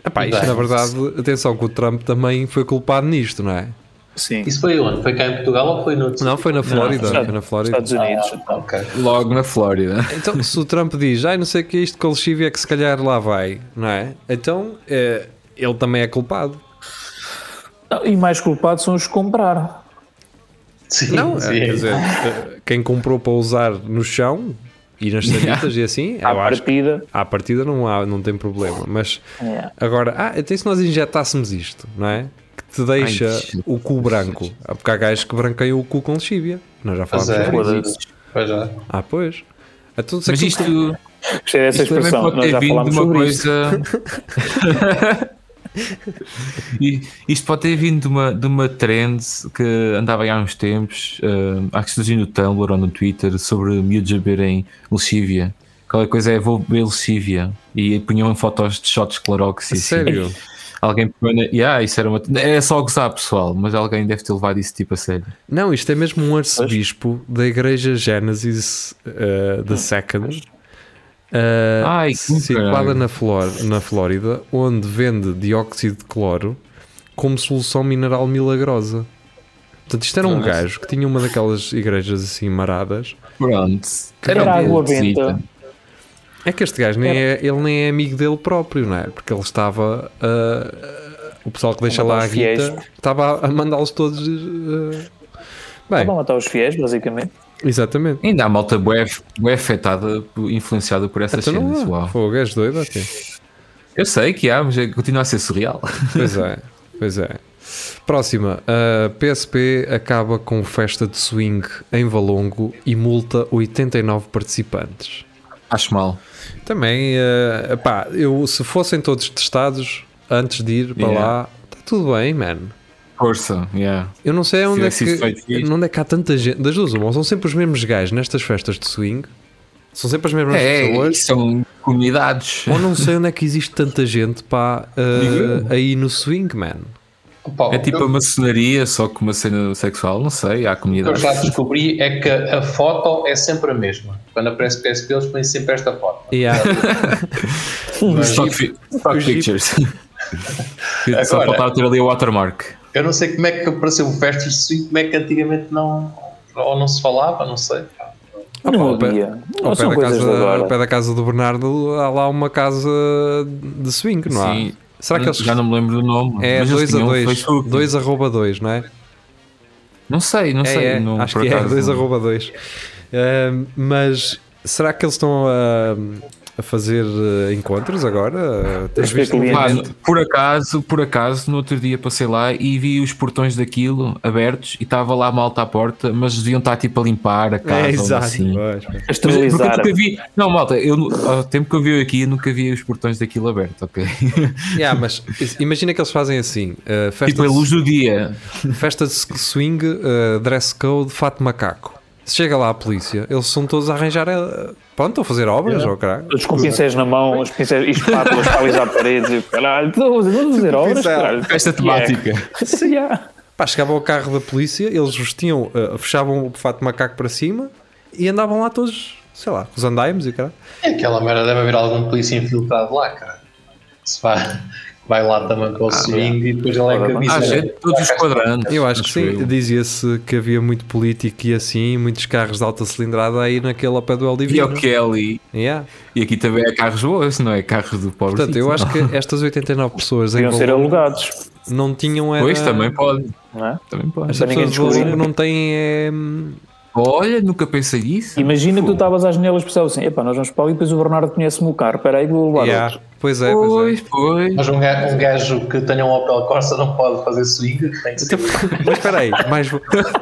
[SPEAKER 3] Epá, isto na verdade atenção que o Trump também foi culpado nisto não é
[SPEAKER 5] Sim.
[SPEAKER 2] Isso foi onde? Foi cá em Portugal ou foi no outro
[SPEAKER 3] não foi na Flórida
[SPEAKER 5] Estados-
[SPEAKER 3] foi na Flórida
[SPEAKER 5] Estados Unidos.
[SPEAKER 2] Ah, ok.
[SPEAKER 5] é.
[SPEAKER 4] Logo na Flórida.
[SPEAKER 3] Então, se o Trump diz, ai, não sei o que é isto com a lexívia, que se calhar lá vai, não é? Então, eh, ele também é culpado.
[SPEAKER 5] Não, E mais culpados são os que compraram.
[SPEAKER 2] Sim,
[SPEAKER 3] Não,
[SPEAKER 2] sim.
[SPEAKER 3] eh, quer dizer, eh, quem comprou para usar no chão e nas sanitas e assim,
[SPEAKER 5] À
[SPEAKER 3] eu acho que
[SPEAKER 5] partida. é.
[SPEAKER 3] à partida não, há, não tem problema. Mas
[SPEAKER 5] Yeah.
[SPEAKER 3] agora, ah, então e se nós injetássemos isto, não é? Que te deixa
[SPEAKER 4] Ai,
[SPEAKER 3] o cu branco. Ah, Porque há gajos que branqueiam o cu com lexívia. Nós já
[SPEAKER 2] Pois
[SPEAKER 3] falámos
[SPEAKER 2] é.
[SPEAKER 3] sobre isso.
[SPEAKER 2] Pois é.
[SPEAKER 3] Ah, pois. Então, se
[SPEAKER 4] Mas
[SPEAKER 3] aquilo-
[SPEAKER 4] isto,
[SPEAKER 5] Gostei dessa
[SPEAKER 4] isto também
[SPEAKER 5] expressão,
[SPEAKER 4] pode
[SPEAKER 5] nós
[SPEAKER 4] ter
[SPEAKER 5] já
[SPEAKER 4] vindo
[SPEAKER 5] falámos
[SPEAKER 4] de uma
[SPEAKER 5] sobre isso.
[SPEAKER 4] coisa.
[SPEAKER 5] *laughs*
[SPEAKER 4] E isto pode ter vindo de uma, de uma trend que andava aí há uns tempos, eh, há que surgir no Tumblr ou no Twitter sobre miúdos a beberem lexívia. Qualquer coisa é vou beber lexívia. E punham fotos de shots de Clorox e assim.
[SPEAKER 3] Sério?
[SPEAKER 4] Alguém põe. na- Yeah, isso era uma. É só gozar pessoal, mas alguém deve ter levado isso tipo a sério.
[SPEAKER 3] Não, isto é mesmo um arcebispo da igreja Genesis eh, da Second, eh,
[SPEAKER 4] Ah. Ai, que
[SPEAKER 3] situada
[SPEAKER 4] caralho.
[SPEAKER 3] na, Flor- na Flórida, onde vende dióxido de cloro como solução mineral milagrosa. Portanto, isto era um
[SPEAKER 4] Nossa.
[SPEAKER 3] gajo que tinha uma daquelas igrejas assim maradas.
[SPEAKER 4] Pronto.
[SPEAKER 5] Era água
[SPEAKER 4] esquisita.
[SPEAKER 5] benta.
[SPEAKER 3] É que este gajo nem é, ele nem é amigo dele próprio, não é? Porque ele estava. eh, o pessoal que deixa
[SPEAKER 5] mandar
[SPEAKER 4] um
[SPEAKER 3] lá a
[SPEAKER 5] os fiéis.
[SPEAKER 3] guita estava a mandá-los todos. eh,
[SPEAKER 5] Estão
[SPEAKER 3] bem,
[SPEAKER 4] Tá
[SPEAKER 5] a matar os fiéis, basicamente.
[SPEAKER 3] Exatamente.
[SPEAKER 4] Ainda há malta bué, bué afetada, por- influenciada por essas
[SPEAKER 3] Então
[SPEAKER 4] cenas.
[SPEAKER 3] não há.
[SPEAKER 4] Uau.
[SPEAKER 3] Fogo, és doido até.
[SPEAKER 4] Eu sei que há, mas é- continua a ser surreal.
[SPEAKER 3] Pois
[SPEAKER 4] *laughs*
[SPEAKER 3] é, pois é. Próxima. A PSP acaba com festa de swing em Valongo e multa 89 participantes.
[SPEAKER 4] Acho mal.
[SPEAKER 3] Também, eh, pá, eu, se fossem todos testados antes de ir para
[SPEAKER 4] Yeah.
[SPEAKER 3] lá, está tudo bem, mano.
[SPEAKER 4] Força, yeah.
[SPEAKER 3] Eu não sei onde é,
[SPEAKER 4] tivesse sido feito
[SPEAKER 3] que,
[SPEAKER 4] isto.
[SPEAKER 3] onde é que há tanta gente. Das duas, uma, ou são sempre os mesmos gajos nestas festas de swing, são sempre as mesmas
[SPEAKER 4] É,
[SPEAKER 3] pessoas,
[SPEAKER 4] são comunidades.
[SPEAKER 3] ou não sei onde é que existe tanta gente, pá, eh, aí no swing,
[SPEAKER 4] *laughs*
[SPEAKER 3] mano.
[SPEAKER 2] Opa,
[SPEAKER 4] É
[SPEAKER 2] o
[SPEAKER 4] tipo
[SPEAKER 2] que
[SPEAKER 4] a maçonaria, só com uma cena sexual, não sei, há
[SPEAKER 2] eu
[SPEAKER 4] comunidades.
[SPEAKER 2] já descobri é que a foto é sempre a mesma. Quando aparece PSP, eles põem sempre esta foto.
[SPEAKER 3] Yeah.
[SPEAKER 2] Mas
[SPEAKER 4] Stock, fi- stock
[SPEAKER 3] Egito.
[SPEAKER 2] *laughs*
[SPEAKER 4] pictures. Só
[SPEAKER 2] Agora-
[SPEAKER 4] faltava ter ali o watermark.
[SPEAKER 2] eu não sei como é que apareceu festas de swing, como é que antigamente não. Ou não se falava, não sei.
[SPEAKER 5] Não
[SPEAKER 3] ao pé-
[SPEAKER 5] havia.
[SPEAKER 3] Ao
[SPEAKER 5] Ou
[SPEAKER 3] pé,
[SPEAKER 5] são
[SPEAKER 3] da
[SPEAKER 5] coisas de
[SPEAKER 3] casa, ao
[SPEAKER 5] agora.
[SPEAKER 3] pé da casa do Bernardo há lá uma casa de swing, não há?
[SPEAKER 4] Sim.
[SPEAKER 3] Será que eles.
[SPEAKER 4] Já não me lembro do nome.
[SPEAKER 3] É
[SPEAKER 4] mas eles
[SPEAKER 3] 2 a
[SPEAKER 4] tinham um
[SPEAKER 3] 2.
[SPEAKER 4] Facebook.
[SPEAKER 3] 2 arroba 2, não é?
[SPEAKER 4] Não sei, não
[SPEAKER 3] É,
[SPEAKER 4] sei.
[SPEAKER 3] é,
[SPEAKER 4] não,
[SPEAKER 3] acho
[SPEAKER 4] por
[SPEAKER 3] que é
[SPEAKER 4] acaso.
[SPEAKER 3] 2 arroba 2. mas será que eles estão a, a fazer eh, encontros agora? Tens
[SPEAKER 5] Acho que é
[SPEAKER 3] visto?
[SPEAKER 5] cliente.
[SPEAKER 4] Pá, por acaso, por acaso, no outro dia passei lá e vi os portões daquilo abertos e estava lá a malta à porta, mas deviam estar tipo a limpar a casa.
[SPEAKER 3] É,
[SPEAKER 4] ou
[SPEAKER 3] exato.
[SPEAKER 4] Assim.
[SPEAKER 3] pois, pois.
[SPEAKER 4] Mas
[SPEAKER 5] A
[SPEAKER 4] é porque eu
[SPEAKER 5] esterilizar.
[SPEAKER 4] nunca vi. Não, malta, eu, nu- ao tempo que eu vi aqui, eu nunca vi os portões daquilo aberto,
[SPEAKER 3] *laughs*
[SPEAKER 4] ok?
[SPEAKER 3] Yeah, mas is- imagina que eles fazem assim: eh, festa,
[SPEAKER 4] tipo a luz do dia.
[SPEAKER 3] de, festa de swing, eh, dress code, fato de macaco. Se Chega lá a polícia, eles são todos a arranjar. eh, pronto, a fazer obras ou caralho.
[SPEAKER 5] Todos com pincéis na mão, os pincéis e espátulas para alisar paredes. e o Caralho, Então, vamos fazer obras,
[SPEAKER 3] pincel.
[SPEAKER 5] caralho.
[SPEAKER 4] Festa temática.
[SPEAKER 5] Yeah. *laughs* Yeah.
[SPEAKER 3] Pá, chegava o carro da polícia, eles vestiam, eh, fechavam o fato de macaco para cima e andavam lá todos, sei lá, com os andaimes e o caralho.
[SPEAKER 2] É aquela merda, deve haver algum polícia infiltrado lá, cara. Se vai, vai lá também
[SPEAKER 3] Ah,
[SPEAKER 2] com o swing e depois ele é
[SPEAKER 5] Ora bem.
[SPEAKER 2] camisa.
[SPEAKER 4] Há Ah, gente de todos os quadrantes.
[SPEAKER 3] Eu acho que sim.
[SPEAKER 4] eu.
[SPEAKER 3] Dizia-se que havia muito político e assim, muitos carros de alta cilindrada aí naquele ao pé do
[SPEAKER 4] E é
[SPEAKER 3] Eldivino.
[SPEAKER 4] o Kelly.
[SPEAKER 3] é? Yeah.
[SPEAKER 4] E aqui também é carros boas, não é? Carros do pobre.
[SPEAKER 3] Portanto, eu acho que estas 89 pessoas em
[SPEAKER 5] Deviam ser
[SPEAKER 3] Valongo
[SPEAKER 5] alugados,
[SPEAKER 3] não tinham era...
[SPEAKER 4] Pois, também pode.
[SPEAKER 5] não é?
[SPEAKER 4] Também pode.
[SPEAKER 3] Estas
[SPEAKER 5] Para ninguém
[SPEAKER 3] pessoas de Valongo
[SPEAKER 5] descobrir.
[SPEAKER 3] não têm é, hum,
[SPEAKER 4] Olha, nunca pensei nisso.
[SPEAKER 3] É,
[SPEAKER 5] Imagina que tu
[SPEAKER 4] Fogo.
[SPEAKER 5] estavas às janelas e pensava assim: epá, nós vamos para ali e depois o Bernardo conhece-me o carro, peraí que vou levar
[SPEAKER 3] yeah.
[SPEAKER 5] outro.
[SPEAKER 3] Pois é, pois
[SPEAKER 4] Pois, pois.
[SPEAKER 2] Mas um ga- um gajo, que tenha um Opel Corsa não pode fazer swing, tem que ser.
[SPEAKER 3] é. Mas espera aí, mais,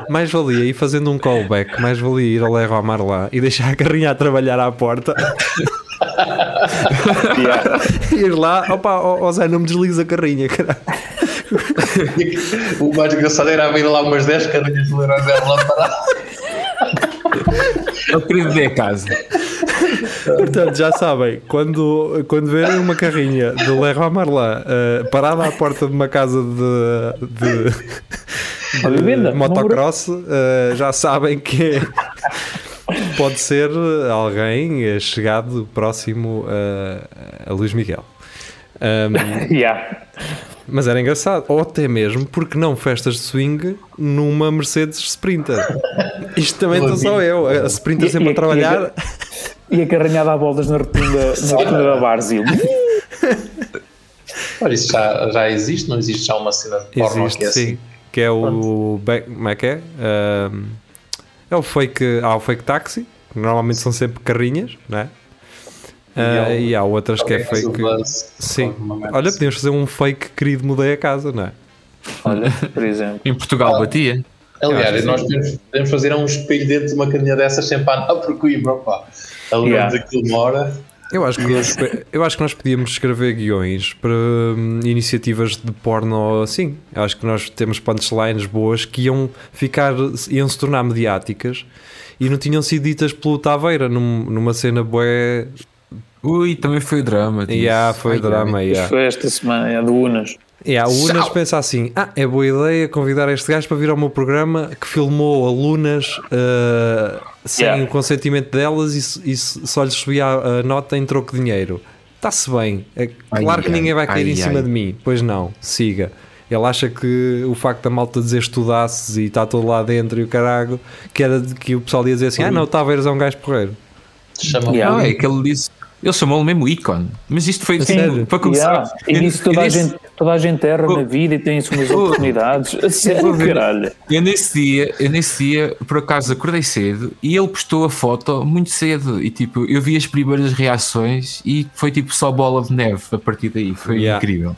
[SPEAKER 3] mais valia ir fazendo um callback, mais valia ir ao Lerro Amar lá e deixar a carrinha a trabalhar à porta
[SPEAKER 5] Yeah.
[SPEAKER 3] ir lá, opa, ó ó Zé, não me desligues a carrinha, caralho.
[SPEAKER 2] O mais engraçado era haver lá umas 10 carrinhas de Leroy Merlin lá paradas.
[SPEAKER 4] Eu queria ver a casa.
[SPEAKER 3] Portanto, já sabem, quando, quando verem uma carrinha de Leroy Marlin eh, parada à porta de uma casa de, de-
[SPEAKER 5] Uma
[SPEAKER 3] de
[SPEAKER 5] vivenda,
[SPEAKER 3] motocross, eh, já sabem que é- pode ser alguém eh, chegado próximo eh, a Luís Miguel. Ahm,
[SPEAKER 5] Yeah.
[SPEAKER 3] mas era engraçado, ou até mesmo porque não festas de swing numa Mercedes Sprinter. Isto também estou só eu, a Sprinter
[SPEAKER 5] E-
[SPEAKER 3] sempre
[SPEAKER 5] e- *laughs*
[SPEAKER 3] a trabalhar.
[SPEAKER 5] E a carranhada a voltas na rotunda, na rotunda da Barzil.
[SPEAKER 2] Olha, isso já, já existe, não existe já uma cena de porno que é
[SPEAKER 3] Existe,
[SPEAKER 2] assim.
[SPEAKER 3] sim. Que é o. back- Como é que é? Ahm, é o fake. Há o fake taxi, que normalmente são sempre carrinhas, não é? Ah,
[SPEAKER 2] E há um- o-
[SPEAKER 3] e há outras que é
[SPEAKER 2] Talvez o
[SPEAKER 3] fake.
[SPEAKER 2] buzz,
[SPEAKER 3] Sim.
[SPEAKER 2] alguma merda
[SPEAKER 3] Olha,
[SPEAKER 2] assim.
[SPEAKER 3] podíamos fazer um fake querido mudei a casa, não é?
[SPEAKER 5] Olha, por exemplo.
[SPEAKER 4] Em
[SPEAKER 3] Ah.
[SPEAKER 4] Portugal batia.
[SPEAKER 2] Aliás, nós podemos, podemos fazer um espelho dentro de uma caninha dessas sem pá, não, por Coimbra, pá. Ali
[SPEAKER 5] Yeah.
[SPEAKER 2] onde aquilo mora.
[SPEAKER 3] Eu acho, que nós, eu acho que nós podíamos escrever guiões para hum, iniciativas de porno assim. Eu acho que nós temos punchlines boas que iam ficar, iam se tornar mediáticas e não tinham sido ditas pelo Taveira num- numa cena bué.
[SPEAKER 4] Ui, também foi drama. disso.
[SPEAKER 3] Yeah, foi
[SPEAKER 4] Ai,
[SPEAKER 3] drama,
[SPEAKER 4] ai.
[SPEAKER 5] Isto
[SPEAKER 3] yeah.
[SPEAKER 5] Foi esta semana, é do Unas.
[SPEAKER 3] Yeah, o Unas pensa assim: ah, é boa ideia convidar este gajo para vir ao meu programa que filmou alunas ah, sem
[SPEAKER 5] Yeah.
[SPEAKER 3] o consentimento delas e, se- e se- só lhes subia a, a nota em troco de dinheiro. Está-se bem, é
[SPEAKER 4] Ai,
[SPEAKER 3] claro que
[SPEAKER 4] ai,
[SPEAKER 3] ninguém vai cair
[SPEAKER 4] ai,
[SPEAKER 3] em cima
[SPEAKER 4] ai.
[SPEAKER 3] de mim. Pois não, siga. Ele acha que o facto da malta dizer estudasses e está todo lá dentro e o carago, tá que era de que o pessoal ia dizer assim: ah, não, o Taveiras é um gajo porreiro.
[SPEAKER 2] Chama
[SPEAKER 5] Yeah.
[SPEAKER 4] Ah, é que ele disse. Ele chamou-lhe mesmo Icon. Mas isto foi tipo,
[SPEAKER 3] sério?
[SPEAKER 4] para começar.
[SPEAKER 5] Yeah. E nisso toda,
[SPEAKER 4] eu
[SPEAKER 5] a
[SPEAKER 4] nesse-
[SPEAKER 5] gente, toda a gente erra
[SPEAKER 4] Vou-
[SPEAKER 5] na vida e tem segundas
[SPEAKER 4] Vou- *laughs*
[SPEAKER 5] oportunidades. A sério,
[SPEAKER 4] Vou ver.
[SPEAKER 5] caralho.
[SPEAKER 4] Eu nesse dia, eu nesse dia, por acaso acordei cedo e ele postou a foto muito cedo e tipo, eu vi as primeiras reações e foi tipo só bola de neve a partir daí, foi
[SPEAKER 3] Yeah.
[SPEAKER 4] incrível.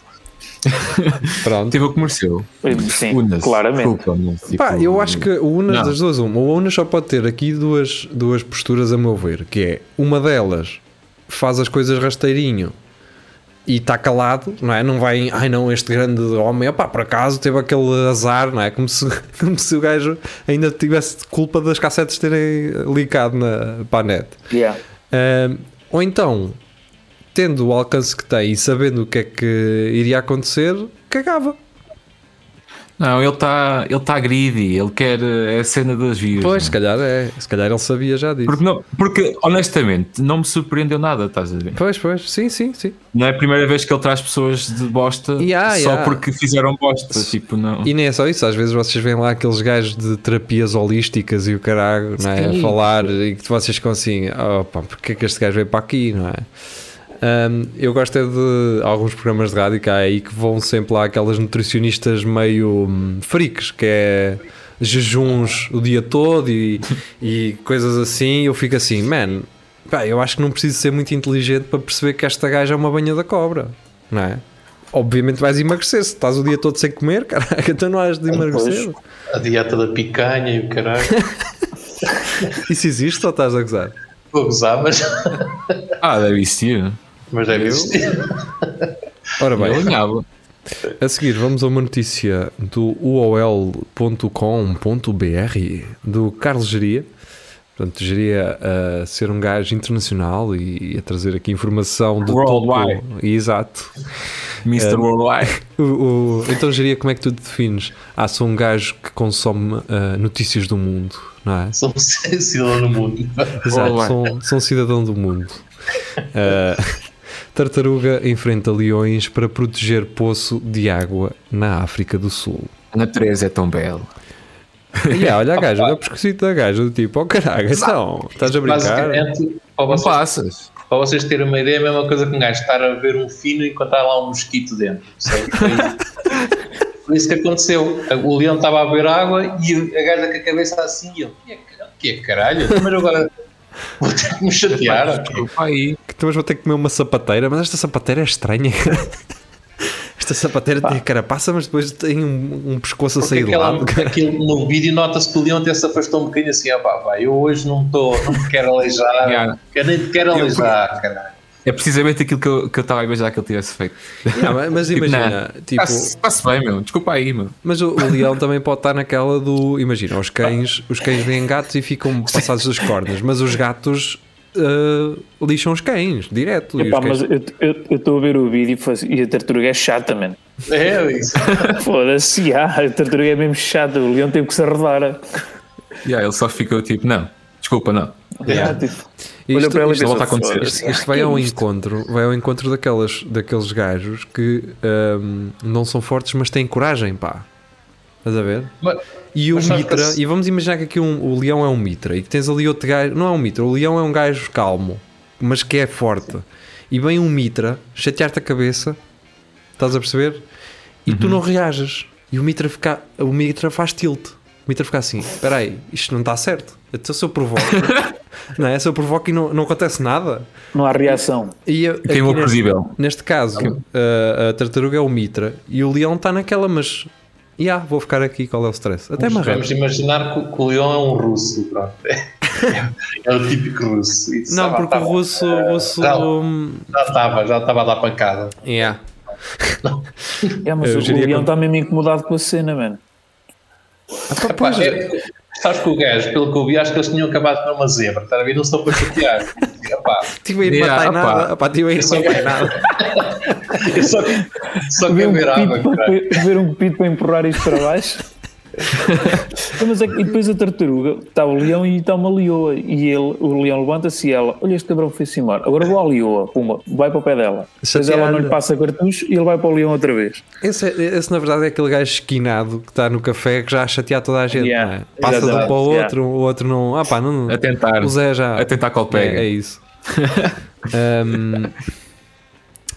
[SPEAKER 3] Pronto.
[SPEAKER 4] Teve o que mereceu.
[SPEAKER 5] Sim,
[SPEAKER 4] Unas,
[SPEAKER 5] claramente.
[SPEAKER 4] desculpa, mas, tipo,
[SPEAKER 3] Pá, eu acho que o Unas
[SPEAKER 4] Não.
[SPEAKER 3] das duas, uma. O Unas só pode ter aqui duas, duas posturas, a meu ver, que é uma delas faz as coisas rasteirinho e está calado, não é? Não vai, em, ai não, este grande homem, opá, por acaso teve aquele azar, não é? Como se, *laughs* como se o gajo ainda tivesse culpa das cassetes terem licado na, para a net.
[SPEAKER 5] Yeah.
[SPEAKER 3] Ahm, ou então, tendo o alcance que tem e sabendo o que é que iria acontecer, cagava.
[SPEAKER 4] Não, ele está ele tá greedy, ele quer eh, a cena das views.
[SPEAKER 3] Pois,
[SPEAKER 4] né?
[SPEAKER 3] se calhar é, se calhar ele sabia já disso.
[SPEAKER 4] porque, não, porque honestamente não me surpreendeu nada, estás a ver?
[SPEAKER 3] Pois, pois, sim, sim, sim.
[SPEAKER 4] Não é a primeira vez que ele traz pessoas de bosta
[SPEAKER 3] Yeah,
[SPEAKER 4] só
[SPEAKER 3] yeah.
[SPEAKER 4] porque fizeram bosta. Tipo, não.
[SPEAKER 3] E nem é só isso, às vezes vocês veem lá aqueles gajos de terapias holísticas e o caralho, não é? A
[SPEAKER 4] Sim.
[SPEAKER 3] falar e que vocês ficam assim, opa, porque é que este gajo veio para aqui, não é? Ahm, eu gosto é de alguns programas de rádio que há aí que vão sempre lá aquelas nutricionistas meio hum, freaks, que é jejuns o dia todo e, e coisas assim. Eu fico assim, man, pá, eu acho que não preciso ser muito inteligente para perceber que esta gaja é uma banha da cobra, não é? Obviamente vais emagrecer, se estás o dia todo sem comer, caraca, então não has de emagrecer.
[SPEAKER 2] A dieta da picanha e o caralho.
[SPEAKER 3] Isso existe ou estás a gozar?
[SPEAKER 2] Vou gozar, mas,
[SPEAKER 4] Ah, deve existir.
[SPEAKER 2] mas deve
[SPEAKER 3] Eu?
[SPEAKER 2] existir.
[SPEAKER 3] Ora
[SPEAKER 4] Eu
[SPEAKER 3] bem,
[SPEAKER 4] alinhava.
[SPEAKER 3] a seguir vamos a uma notícia do uol.com.br do Carlos Geria. Portanto, Geria a ser um gajo internacional e a trazer aqui informação de
[SPEAKER 4] Worldwide.
[SPEAKER 3] topo. Exato. É.
[SPEAKER 4] Mr. Worldwide.
[SPEAKER 3] *laughs* O- o- então, Geria, como é que tu te defines? Ah, sou um gajo que consome ah, notícias do mundo, não é?
[SPEAKER 2] Sou um *laughs* cidadão no mundo.
[SPEAKER 3] Exato,
[SPEAKER 4] Olá.
[SPEAKER 3] são, são um cidadão do mundo. Ah, tartaruga enfrenta leões para proteger poço de água na África do Sul.
[SPEAKER 4] A natureza é tão bela.
[SPEAKER 3] E ah, olha a gaja, olha o pescocito da gaja, do tipo, oh caralho, então, estás a brincar?
[SPEAKER 2] Basicamente, para
[SPEAKER 4] Não
[SPEAKER 2] vocês,
[SPEAKER 4] passas.
[SPEAKER 2] para vocês terem uma ideia, é a mesma coisa que um gajo estar a ver um fino enquanto há lá um mosquito dentro. percebe? Foi- Foi isso que aconteceu. O leão estava a beber água e a gaja com a cabeça assim e ele, que é, car- que é caralho? Mas agora vou ter que me chatear.
[SPEAKER 4] Desculpa aí.
[SPEAKER 3] Que também vou ter que comer uma sapateira, mas esta sapateira é estranha. Esta sapateira tem a carapaça, mas depois tem um, um pescoço a
[SPEAKER 2] Porque
[SPEAKER 3] sair de
[SPEAKER 2] aquela,
[SPEAKER 3] lado.
[SPEAKER 2] aquele- no vídeo nota-se que o Leão até se afastou um bocadinho assim, opá, pá, eu hoje não estou, não me quero aleijar,
[SPEAKER 4] Yeah.
[SPEAKER 2] eu nem te quero aleijar, caralho.
[SPEAKER 4] É precisamente aquilo que eu que eu estava a imaginar que ele tivesse feito.
[SPEAKER 3] Ah, mas imagina, tipo,
[SPEAKER 4] Está-se bem, meu. Desculpa aí, meu.
[SPEAKER 3] Mas o, o leão também pode estar naquela do. Imagina, os cães, os cães veem gatos e ficam passados das cordas, mas os gatos ah, lixam os cães, direto. e os
[SPEAKER 5] Epá,
[SPEAKER 3] cães-
[SPEAKER 5] mas eu eu- eu estou a ver o vídeo e faço- e a tartaruga é chata, mano.
[SPEAKER 2] É isso.
[SPEAKER 5] Foda-se, *laughs* ah, a tartaruga é mesmo chata. O leão teve que se arredar.
[SPEAKER 4] E aí ele só ficou tipo, não, desculpa, não.
[SPEAKER 5] Ah, *laughs* tipo,
[SPEAKER 3] Isto-
[SPEAKER 5] olhou para ela e
[SPEAKER 4] isto não
[SPEAKER 5] pensou,
[SPEAKER 4] volta a acontecer.
[SPEAKER 5] "Foda-se,
[SPEAKER 3] Isto, isto vai ao encontro, vai ao encontro daquelas, daqueles gajos que ahm, não são fortes, mas têm coragem, pá. Estás a ver?
[SPEAKER 2] Mas-
[SPEAKER 3] E o
[SPEAKER 2] mas sabes que
[SPEAKER 3] Mitra,
[SPEAKER 2] esse-
[SPEAKER 3] e vamos imaginar que aqui um- o leão é um Mitra e que tens ali outro gajo, não é um Mitra, o leão é um gajo calmo, mas que é forte. E vem um Mitra chatear-te a cabeça, estás a perceber? E tu
[SPEAKER 2] Uhum.
[SPEAKER 3] não reages. E o Mitra, fica, o Mitra faz tilt. O Mitra fica assim: espera aí, isto não está certo. Então se eu
[SPEAKER 2] *laughs*
[SPEAKER 3] provoco, não é? Se eu provoco e não, não acontece nada.
[SPEAKER 5] Não há reação.
[SPEAKER 3] E eu-
[SPEAKER 4] Queimou o
[SPEAKER 3] aqui neste,
[SPEAKER 4] cruzível.
[SPEAKER 3] neste caso, a, a tartaruga é o Mitra e o leão está naquela, mas. Ya, vou ficar aqui, qual é o stress? Até
[SPEAKER 2] Vamos-
[SPEAKER 3] marramos.
[SPEAKER 2] Vamos imaginar que, que o Leão é um russo, pronto. *laughs* É o típico russo. Isso,
[SPEAKER 3] Não,
[SPEAKER 2] sabe,
[SPEAKER 3] porque o
[SPEAKER 2] tava-
[SPEAKER 3] russo. O russo
[SPEAKER 2] tá Não.
[SPEAKER 3] hum,
[SPEAKER 2] Já estava, já estava a dar pancada.
[SPEAKER 3] ya.
[SPEAKER 5] É, mas
[SPEAKER 3] Eu
[SPEAKER 5] o
[SPEAKER 3] diria
[SPEAKER 5] leão
[SPEAKER 3] que-
[SPEAKER 5] está mesmo incomodado com a cena, mano.
[SPEAKER 3] Ah,
[SPEAKER 2] Epá, é- sabes que o gajo, pelo que eu vi, acho que eles tinham acabado de comer uma zebra, está a ver? Não são
[SPEAKER 3] *laughs*
[SPEAKER 2] para chatear. Epá,
[SPEAKER 3] Tive a ir
[SPEAKER 4] Ya,
[SPEAKER 3] Tipo, matar
[SPEAKER 4] opá.
[SPEAKER 3] nada. Opá, tive a ir
[SPEAKER 2] Isso é
[SPEAKER 3] matar nada.
[SPEAKER 2] eu só, só
[SPEAKER 5] Ver
[SPEAKER 2] quero
[SPEAKER 5] um,
[SPEAKER 2] ver água,
[SPEAKER 5] pito para,
[SPEAKER 2] caralho.
[SPEAKER 5] ver um pito para empurrar isto para baixo.
[SPEAKER 2] *laughs*
[SPEAKER 5] Então, Mas é que- e depois a tartaruga, está o leão e está uma leoa. E ele, o leão levanta-se e ela, olha este cabrão foi-se embora. Agora vou à leoa, puma, vai para o pé dela. Depois ela não lhe
[SPEAKER 3] Chateada.
[SPEAKER 5] passa cartucho e ele vai para o leão outra vez.
[SPEAKER 3] Esse, é- esse, na verdade, é aquele gajo esquinado que está no café que já a chatear toda a gente.
[SPEAKER 5] Ya,
[SPEAKER 3] não é? Passa de um
[SPEAKER 5] exato,
[SPEAKER 3] para o
[SPEAKER 5] ya.
[SPEAKER 3] outro, o outro não. Ah, pá, não.
[SPEAKER 4] A tentar.
[SPEAKER 3] O Zé já.
[SPEAKER 4] A tentar qual
[SPEAKER 3] é,
[SPEAKER 4] pega.
[SPEAKER 3] é isso. *laughs* Ahm,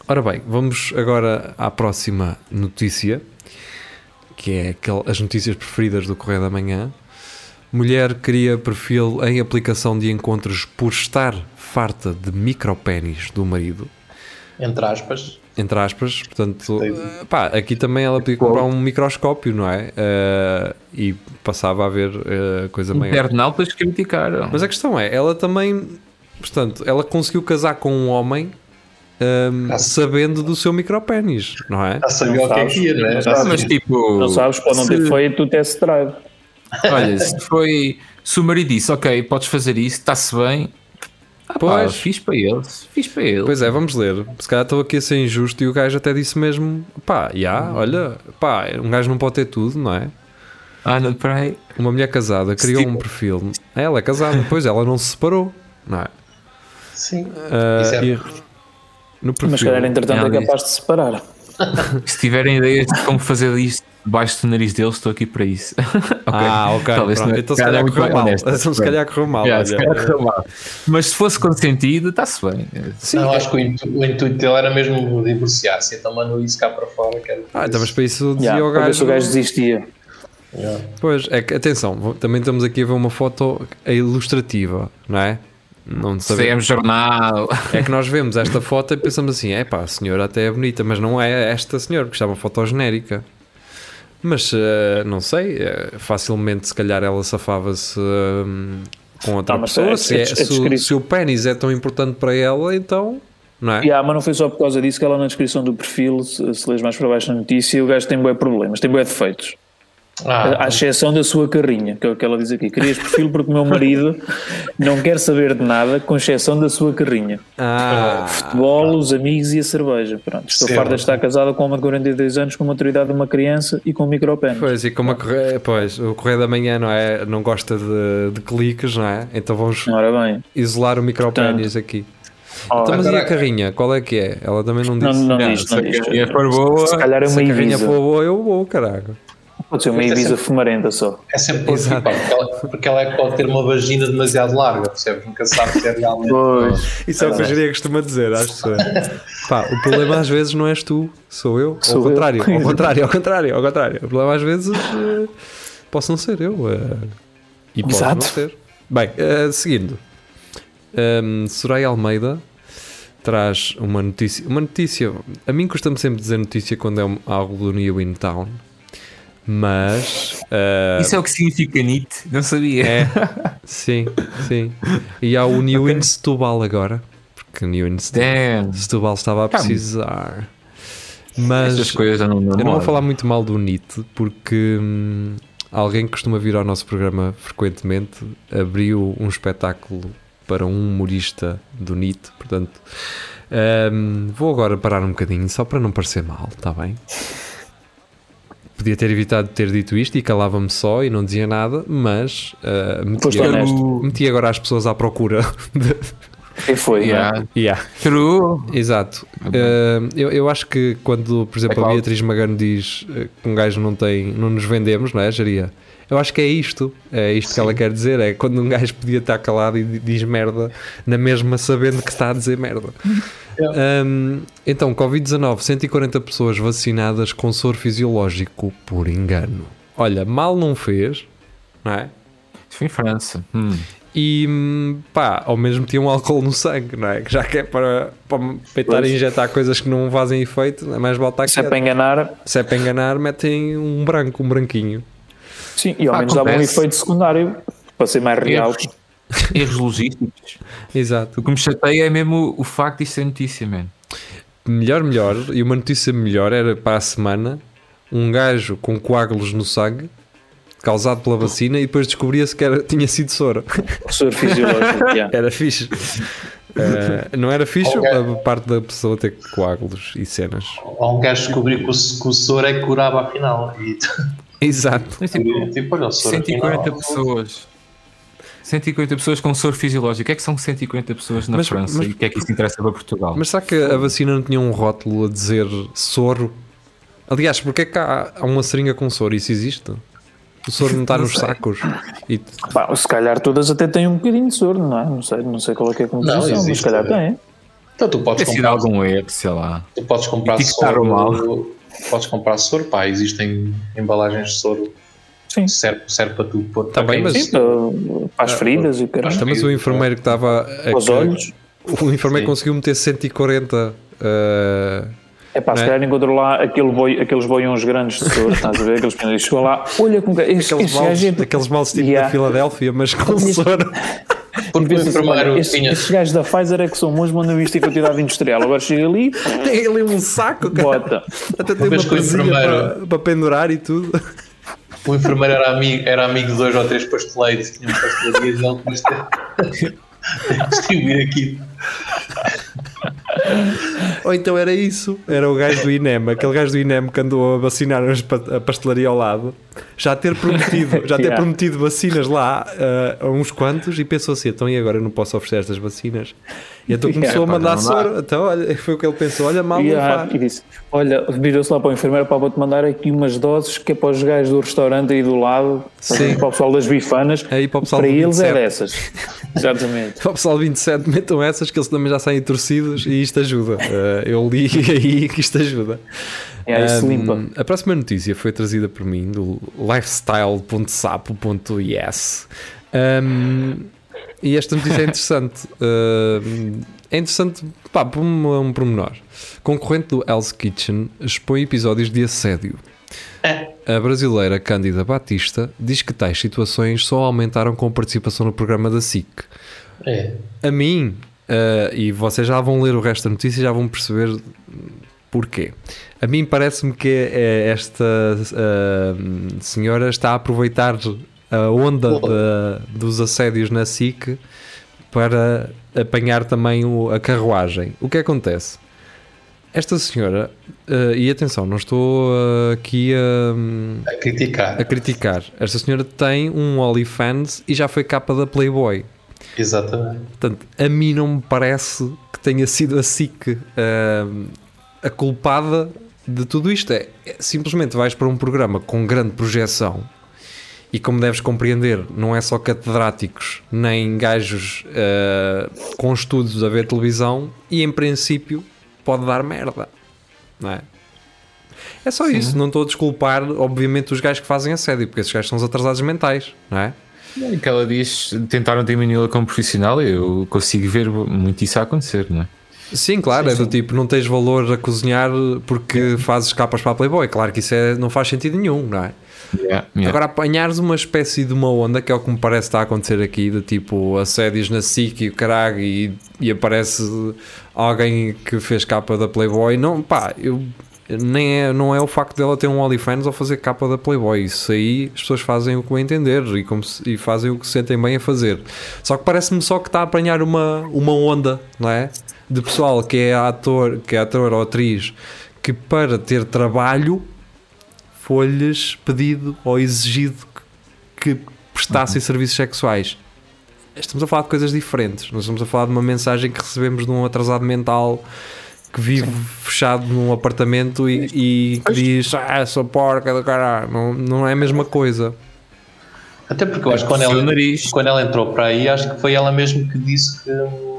[SPEAKER 3] ora bem, vamos agora à próxima notícia, que é aquel- as notícias preferidas do Correio da Manhã. Mulher cria perfil em aplicação de encontros por estar farta de micropénis do marido.
[SPEAKER 2] Entre aspas.
[SPEAKER 3] Entre aspas, portanto, eh, pá, aqui também ela podia comprar um microscópio, não é? Eh, e passava a ver eh, coisa maior.
[SPEAKER 4] Internautas criticaram.
[SPEAKER 3] Mas a questão é, ela também, portanto, ela conseguiu casar com um homem hum,
[SPEAKER 2] Ah, sim.
[SPEAKER 3] sabendo do seu micropénis, não é?
[SPEAKER 2] Já sabia
[SPEAKER 5] Não
[SPEAKER 2] o que é
[SPEAKER 5] sabes.
[SPEAKER 2] que ia, né?
[SPEAKER 5] Não
[SPEAKER 2] Já
[SPEAKER 5] sabes.
[SPEAKER 4] mas
[SPEAKER 2] sabia.
[SPEAKER 4] tipo.
[SPEAKER 5] Não sabes, pode não ter
[SPEAKER 4] se-
[SPEAKER 5] feito o test drive.
[SPEAKER 4] Olha, se foi. Se o marido disse, ok, podes fazer isso, está-se bem. Ah,
[SPEAKER 3] Pois.
[SPEAKER 4] pois. fiz para eles. Fiz para eles.
[SPEAKER 3] Pois é, vamos ler. Se calhar estou aqui a ser injusto e o gajo até disse mesmo, pá, já,
[SPEAKER 2] Uhum.
[SPEAKER 3] olha, pá, um gajo não pode ter tudo, não é?
[SPEAKER 4] Ah, não, peraí.
[SPEAKER 3] Uma mulher casada criou
[SPEAKER 4] Tipo-
[SPEAKER 3] um perfil. Ela é casada, pois ela não se separou, não é?
[SPEAKER 2] Sim.
[SPEAKER 3] Ah,
[SPEAKER 2] Isso é-
[SPEAKER 3] e no perfil.
[SPEAKER 5] Mas, se calhar, entretanto, é
[SPEAKER 4] Ela
[SPEAKER 5] capaz de separar.
[SPEAKER 4] Se tiverem ideias de como fazer isto debaixo do nariz deles, estou aqui
[SPEAKER 3] *laughs*
[SPEAKER 4] para isso. Ok.
[SPEAKER 3] Ah, ok.
[SPEAKER 4] Talvez
[SPEAKER 3] pronto.
[SPEAKER 4] não-
[SPEAKER 3] Então se calhar
[SPEAKER 4] é
[SPEAKER 3] correu
[SPEAKER 4] bem
[SPEAKER 3] mal.
[SPEAKER 4] honesto.
[SPEAKER 3] *laughs* Então se calhar correu mal.
[SPEAKER 4] Yeah, se
[SPEAKER 3] olha.
[SPEAKER 4] calhar correu mal. Mas se fosse consentido, está-se bem.
[SPEAKER 3] Sim,
[SPEAKER 2] Não, acho que o, intu- o intuito dele era mesmo divorciar-se, então mandou isso cá para fora. Que era
[SPEAKER 3] Ah, então, mas para isso dizia
[SPEAKER 5] Yeah,
[SPEAKER 3] o
[SPEAKER 5] para ver se
[SPEAKER 3] gajo.
[SPEAKER 5] o gajo desistia.
[SPEAKER 3] Pois, é que, atenção, vo- também estamos aqui a ver uma foto ilustrativa, não é? Não sabemos.
[SPEAKER 4] Fizemos um jornal.
[SPEAKER 3] É que nós vemos esta foto e pensamos assim: é pá, a senhora até é bonita, mas não é esta senhora, porque isto é uma foto genérica. Mas eh, não sei, eh, facilmente se calhar ela safava-se hum, com outra
[SPEAKER 5] Tá, mas
[SPEAKER 3] pessoa.
[SPEAKER 5] é-
[SPEAKER 3] se,
[SPEAKER 5] é-
[SPEAKER 3] é-
[SPEAKER 5] é
[SPEAKER 3] se o,
[SPEAKER 5] descrito.
[SPEAKER 3] se o pênis é tão importante para ela, então, não é?
[SPEAKER 5] Yeah, mas não foi só por causa disso que ela na descrição do perfil, se, se lês mais para baixo na notícia, o gajo tem bué problemas, tem bué defeitos.
[SPEAKER 2] Ah,
[SPEAKER 5] À exceção da sua carrinha, que é o que ela diz aqui. Querias perfil porque o meu marido não quer saber de nada, com exceção da sua carrinha.
[SPEAKER 3] Ah,
[SPEAKER 5] Futebol, os amigos e a cerveja. Pronto, estou
[SPEAKER 2] Certo.
[SPEAKER 5] farta de estar casada com uma de 42 anos, com a maturidade de uma criança e com um micropénis.
[SPEAKER 3] Pois, e como a corre... pois, o Correio da Manhã não, é, não gosta de, de cliques, não é? Então vamos
[SPEAKER 5] Ora bem,
[SPEAKER 3] isolar o micropénis aqui. Então, mas e a carrinha? Qual é que é? Ela também não
[SPEAKER 5] não,
[SPEAKER 3] disse.
[SPEAKER 5] não,
[SPEAKER 4] Não,
[SPEAKER 5] diz,
[SPEAKER 4] se
[SPEAKER 5] não
[SPEAKER 4] a
[SPEAKER 5] diz.
[SPEAKER 4] carrinha for boa,
[SPEAKER 5] se calhar é
[SPEAKER 3] Se
[SPEAKER 5] uma
[SPEAKER 3] a carrinha for
[SPEAKER 5] Ibiza.
[SPEAKER 3] boa, eu vou, caralho.
[SPEAKER 5] Pode ser uma
[SPEAKER 2] Esta é
[SPEAKER 5] Ibiza fumarenta só.
[SPEAKER 3] *laughs*
[SPEAKER 2] é sempre por aqui, pá, porque, ela, porque ela é que pode ter uma vagina demasiado larga, percebes? Nunca sabe se é realmente.
[SPEAKER 5] Pois,
[SPEAKER 3] Isso é o que a Jeria costuma dizer, às pessoas. Pá, o problema às vezes não és tu, sou eu.
[SPEAKER 5] Sou
[SPEAKER 3] ao
[SPEAKER 5] eu.
[SPEAKER 3] contrário, ao contrário, ao contrário, ao contrário. O problema às vezes eh, posso não ser eu. eh, e posso não
[SPEAKER 5] Exato.
[SPEAKER 3] ser. Bem, eh, seguindo. Ehm, Soraya Almeida traz uma notícia. Uma notícia. A mim custa-me sempre dizer notícia quando é um- algo do New In Town. Mas. eh,
[SPEAKER 4] isso é o que significa NIT. Não sabia.
[SPEAKER 3] é, sim, sim. E há o New In Setúbal agora. Porque New In Setúbal,
[SPEAKER 4] Damn.
[SPEAKER 3] Setúbal estava a
[SPEAKER 5] Ah,
[SPEAKER 4] Calma.
[SPEAKER 3] precisar. Mas
[SPEAKER 4] Estas coisas já não
[SPEAKER 3] eu não vou falar muito mal do NIT, porque hum, alguém que costuma vir ao nosso programa frequentemente abriu um espetáculo para um humorista do NIT. Portanto, hum, vou agora parar um bocadinho, só para não parecer mal, está bem? Podia ter evitado ter dito isto e calava-me só e não dizia nada, mas ah, meti,
[SPEAKER 5] Foste
[SPEAKER 3] agora,
[SPEAKER 5] honesto.
[SPEAKER 3] meti agora as pessoas à procura. *laughs* De...
[SPEAKER 5] e foi. não é?
[SPEAKER 4] Yeah.
[SPEAKER 3] Yeah.
[SPEAKER 4] True.
[SPEAKER 3] Exato. Uh, eu, eu acho que quando, por exemplo, a
[SPEAKER 4] qual?
[SPEAKER 3] Beatriz Magano diz uh, que um gajo não tem, não nos vendemos, não é, Jaria? Eu acho que é isto, é isto que ela quer dizer, é quando um gajo podia estar calado e di- diz merda, na mesma sabendo que está a dizer merda. Um, então, Covid-19, 140 pessoas vacinadas com soro fisiológico por engano. Olha, mal não fez, não é?
[SPEAKER 4] Isto foi em França. Hum.
[SPEAKER 3] *laughs* e hum, pá, ao mesmo tinha um álcool no sangue, não é? Que já que é para, para tentar injetar coisas que não fazem efeito, é mais vale estar
[SPEAKER 5] Se é
[SPEAKER 3] quieto.
[SPEAKER 5] para enganar,
[SPEAKER 3] Se é para enganar, metem um branco, um branquinho.
[SPEAKER 5] sim, e ao
[SPEAKER 4] Ah,
[SPEAKER 5] menos dava um
[SPEAKER 4] acontece.
[SPEAKER 5] efeito secundário para ser mais real.
[SPEAKER 4] Erros. Erros logísticos.
[SPEAKER 3] Exato.
[SPEAKER 4] O que me chateia é mesmo o facto de isto ser notícia, mano.
[SPEAKER 3] Melhor, melhor, e uma notícia melhor era para a semana, um gajo com coágulos no sangue, causado pela vacina, e depois descobria-se que era, tinha sido soro.
[SPEAKER 5] Professor fisiológico. yeah.
[SPEAKER 3] Era fixe. Eh, não era fixe
[SPEAKER 2] Ok.
[SPEAKER 3] a parte da pessoa ter coágulos e cenas.
[SPEAKER 2] Há um gajo descobriu que o, que o soro é que curava afinal. E
[SPEAKER 3] Exato.
[SPEAKER 4] Mas, tipo,
[SPEAKER 2] *laughs* tipo, olha, o soro.
[SPEAKER 4] 140
[SPEAKER 2] afinal,
[SPEAKER 4] pessoas. 140 pessoas com soro fisiológico. O que é que são 140 pessoas na
[SPEAKER 3] Mas-
[SPEAKER 4] França?
[SPEAKER 3] mas-
[SPEAKER 4] e o que é que isso interessa para Portugal?
[SPEAKER 3] Mas será que a vacina não tinha um rótulo a dizer soro? Aliás, porque é que há há uma seringa com soro? Isso existe? O soro não está nos sacos. E
[SPEAKER 5] Pá, se calhar todas até têm um bocadinho de soro, não é? Não sei, não sei qual é que é a composição, mas
[SPEAKER 2] existe,
[SPEAKER 5] se calhar
[SPEAKER 2] é.
[SPEAKER 5] tem.
[SPEAKER 2] Então tu
[SPEAKER 3] É
[SPEAKER 2] podes
[SPEAKER 4] Deve ser
[SPEAKER 2] comprar,
[SPEAKER 4] algum app, sei lá.
[SPEAKER 2] tu podes comprar
[SPEAKER 4] etiquetar
[SPEAKER 2] soro.
[SPEAKER 4] o mal.
[SPEAKER 2] Podes comprar soro, pá, existem embalagens de soro
[SPEAKER 5] Sim.
[SPEAKER 2] que serve, serve para tu pôr
[SPEAKER 3] Tá bem,
[SPEAKER 2] para quem-
[SPEAKER 3] mas-
[SPEAKER 5] Sim, para, para as feridas e o caralho.
[SPEAKER 3] Também o enfermeiro que estava. a-
[SPEAKER 5] Para os olhos.
[SPEAKER 3] O enfermeiro
[SPEAKER 2] Sim.
[SPEAKER 3] conseguiu meter 140. ah,
[SPEAKER 5] É pá, se
[SPEAKER 3] Não é?
[SPEAKER 5] calhar encontrou lá aquele boi- aqueles boiões grandes de soro, estás a ver? Aqueles pneus. Chegou lá, olha como. Este,
[SPEAKER 3] aqueles,
[SPEAKER 5] este
[SPEAKER 3] males,
[SPEAKER 5] gajo é-
[SPEAKER 3] aqueles males tipo
[SPEAKER 5] Yeah.
[SPEAKER 3] da Filadélfia, mas com soro.
[SPEAKER 2] Porque o
[SPEAKER 5] Pensa-se,
[SPEAKER 2] enfermeiro
[SPEAKER 5] olha, estes,
[SPEAKER 2] tinha.
[SPEAKER 5] estes gajos é, da Pfizer é que são bons, mandam isto em quantidade industrial. Agora chega ali,
[SPEAKER 3] Tem ali um saco, cara. *laughs*
[SPEAKER 5] bota.
[SPEAKER 3] Até tem uma
[SPEAKER 2] Mas com o
[SPEAKER 3] coisinha
[SPEAKER 2] enfermeiro.
[SPEAKER 3] para, para pendurar e tudo.
[SPEAKER 2] O enfermeiro era amigo, era amigo de dois ou três pasteleiros, tinha um uma pastelaria dele,
[SPEAKER 3] *laughs*
[SPEAKER 2] mas *laughs* tem- tem que distribuir aqui.
[SPEAKER 3] Ou então era isso. Era o gajo do INEM, aquele gajo do INEM que andou a vacinar as pa- a pastelaria ao lado, já ter prometido, já ter
[SPEAKER 5] Yeah.
[SPEAKER 3] prometido vacinas lá ah, a uns quantos e pensou assim: então e agora eu não posso oferecer estas vacinas? E então
[SPEAKER 5] Yeah,
[SPEAKER 3] começou
[SPEAKER 4] pá,
[SPEAKER 3] a mandar
[SPEAKER 4] não dá.
[SPEAKER 3] soro. Então olha, foi o que ele pensou: olha, mal
[SPEAKER 5] E,
[SPEAKER 3] não
[SPEAKER 5] ah,
[SPEAKER 3] faz. *laughs*
[SPEAKER 5] e disse: Olha, virou-se lá para o enfermeiro, para vou-te mandar aqui umas doses que é para os gajos do restaurante aí do lado,
[SPEAKER 3] Sim. É
[SPEAKER 5] para o pessoal das bifanas.
[SPEAKER 3] Aí para o pessoal do
[SPEAKER 5] eles
[SPEAKER 3] 27.
[SPEAKER 5] é dessas. *laughs* Exatamente.
[SPEAKER 3] Para o pessoal 27, metam essas que eles também já saem torcidos e isto ajuda. Eh, eu li *laughs* aí que isto ajuda.
[SPEAKER 5] E É, aí se
[SPEAKER 3] Ahm,
[SPEAKER 5] limpa.
[SPEAKER 3] a próxima notícia foi trazida por mim do lifestyle.sapo.yes. Ahm, e esta notícia é interessante. Ahm, é interessante, pá, por um, um pormenor. Concorrente do Hell's Kitchen expõe episódios de assédio. A brasileira Cândida Batista diz que tais situações só aumentaram com a participação no programa da SIC
[SPEAKER 2] É.
[SPEAKER 3] a mim, eh, e vocês já vão ler o resto da notícia e já vão perceber hum, porquê. A mim parece-me que eh, esta eh, senhora está a aproveitar a onda da- dos assédios na SIC para apanhar também o- a carruagem. O que acontece? Esta senhora, eh, e atenção, não estou eh, aqui a. hum,
[SPEAKER 2] A criticar.
[SPEAKER 3] a criticar. Esta senhora tem um OnlyFans e já foi capa da Playboy.
[SPEAKER 2] Exatamente.
[SPEAKER 3] Portanto, a mim não me parece que tenha sido a SIC ahm, a culpada de tudo isto. É, é simplesmente vais para um programa com grande projeção e, como deves compreender, não é só catedráticos nem gajos ah, com estudos a ver televisão e, em princípio, pode dar merda. Não é? É só isso. Não estou a desculpar, obviamente, os gajos que fazem assédio, porque esses gajos são os atrasados mentais, não é?
[SPEAKER 4] É que ela diz, tentaram diminuí-la como profissional e eu consigo ver muito isso a acontecer, não é?
[SPEAKER 3] Sim, É. claro, é do tipo, não tens valor a cozinhar porque fazes capas para a Playboy. Claro que isso é, não faz sentido nenhum, não é?
[SPEAKER 4] Yeah, yeah.
[SPEAKER 3] Agora apanhares uma espécie de uma onda, que é o que me parece está a acontecer aqui, de tipo assédios na SIC e o caralho, e, e aparece alguém que fez capa da Playboy. Não, pá, eu, nem é, não é o facto dela ter um OnlyFans ou fazer capa da Playboy. Isso aí as pessoas fazem o que bem entender e, como se- e fazem o que se sentem bem a fazer. Só que parece-me só que está a apanhar uma, uma onda, não é? De pessoal que é ator, que é ator ou atriz que para ter trabalho foi-lhes pedido ou exigido que que
[SPEAKER 5] Uhum.
[SPEAKER 3] prestassem serviços sexuais. Estamos a falar de coisas diferentes. Nós estamos a falar de uma mensagem que recebemos de um atrasado mental que vive fechado num apartamento e, e que diz ah, sou porca do caralho. Não, não é a mesma coisa.
[SPEAKER 2] Até porque eu acho que quando
[SPEAKER 4] Seu
[SPEAKER 2] ela,
[SPEAKER 4] nariz.
[SPEAKER 2] quando ela entrou para aí, acho que foi ela mesmo que disse que hum,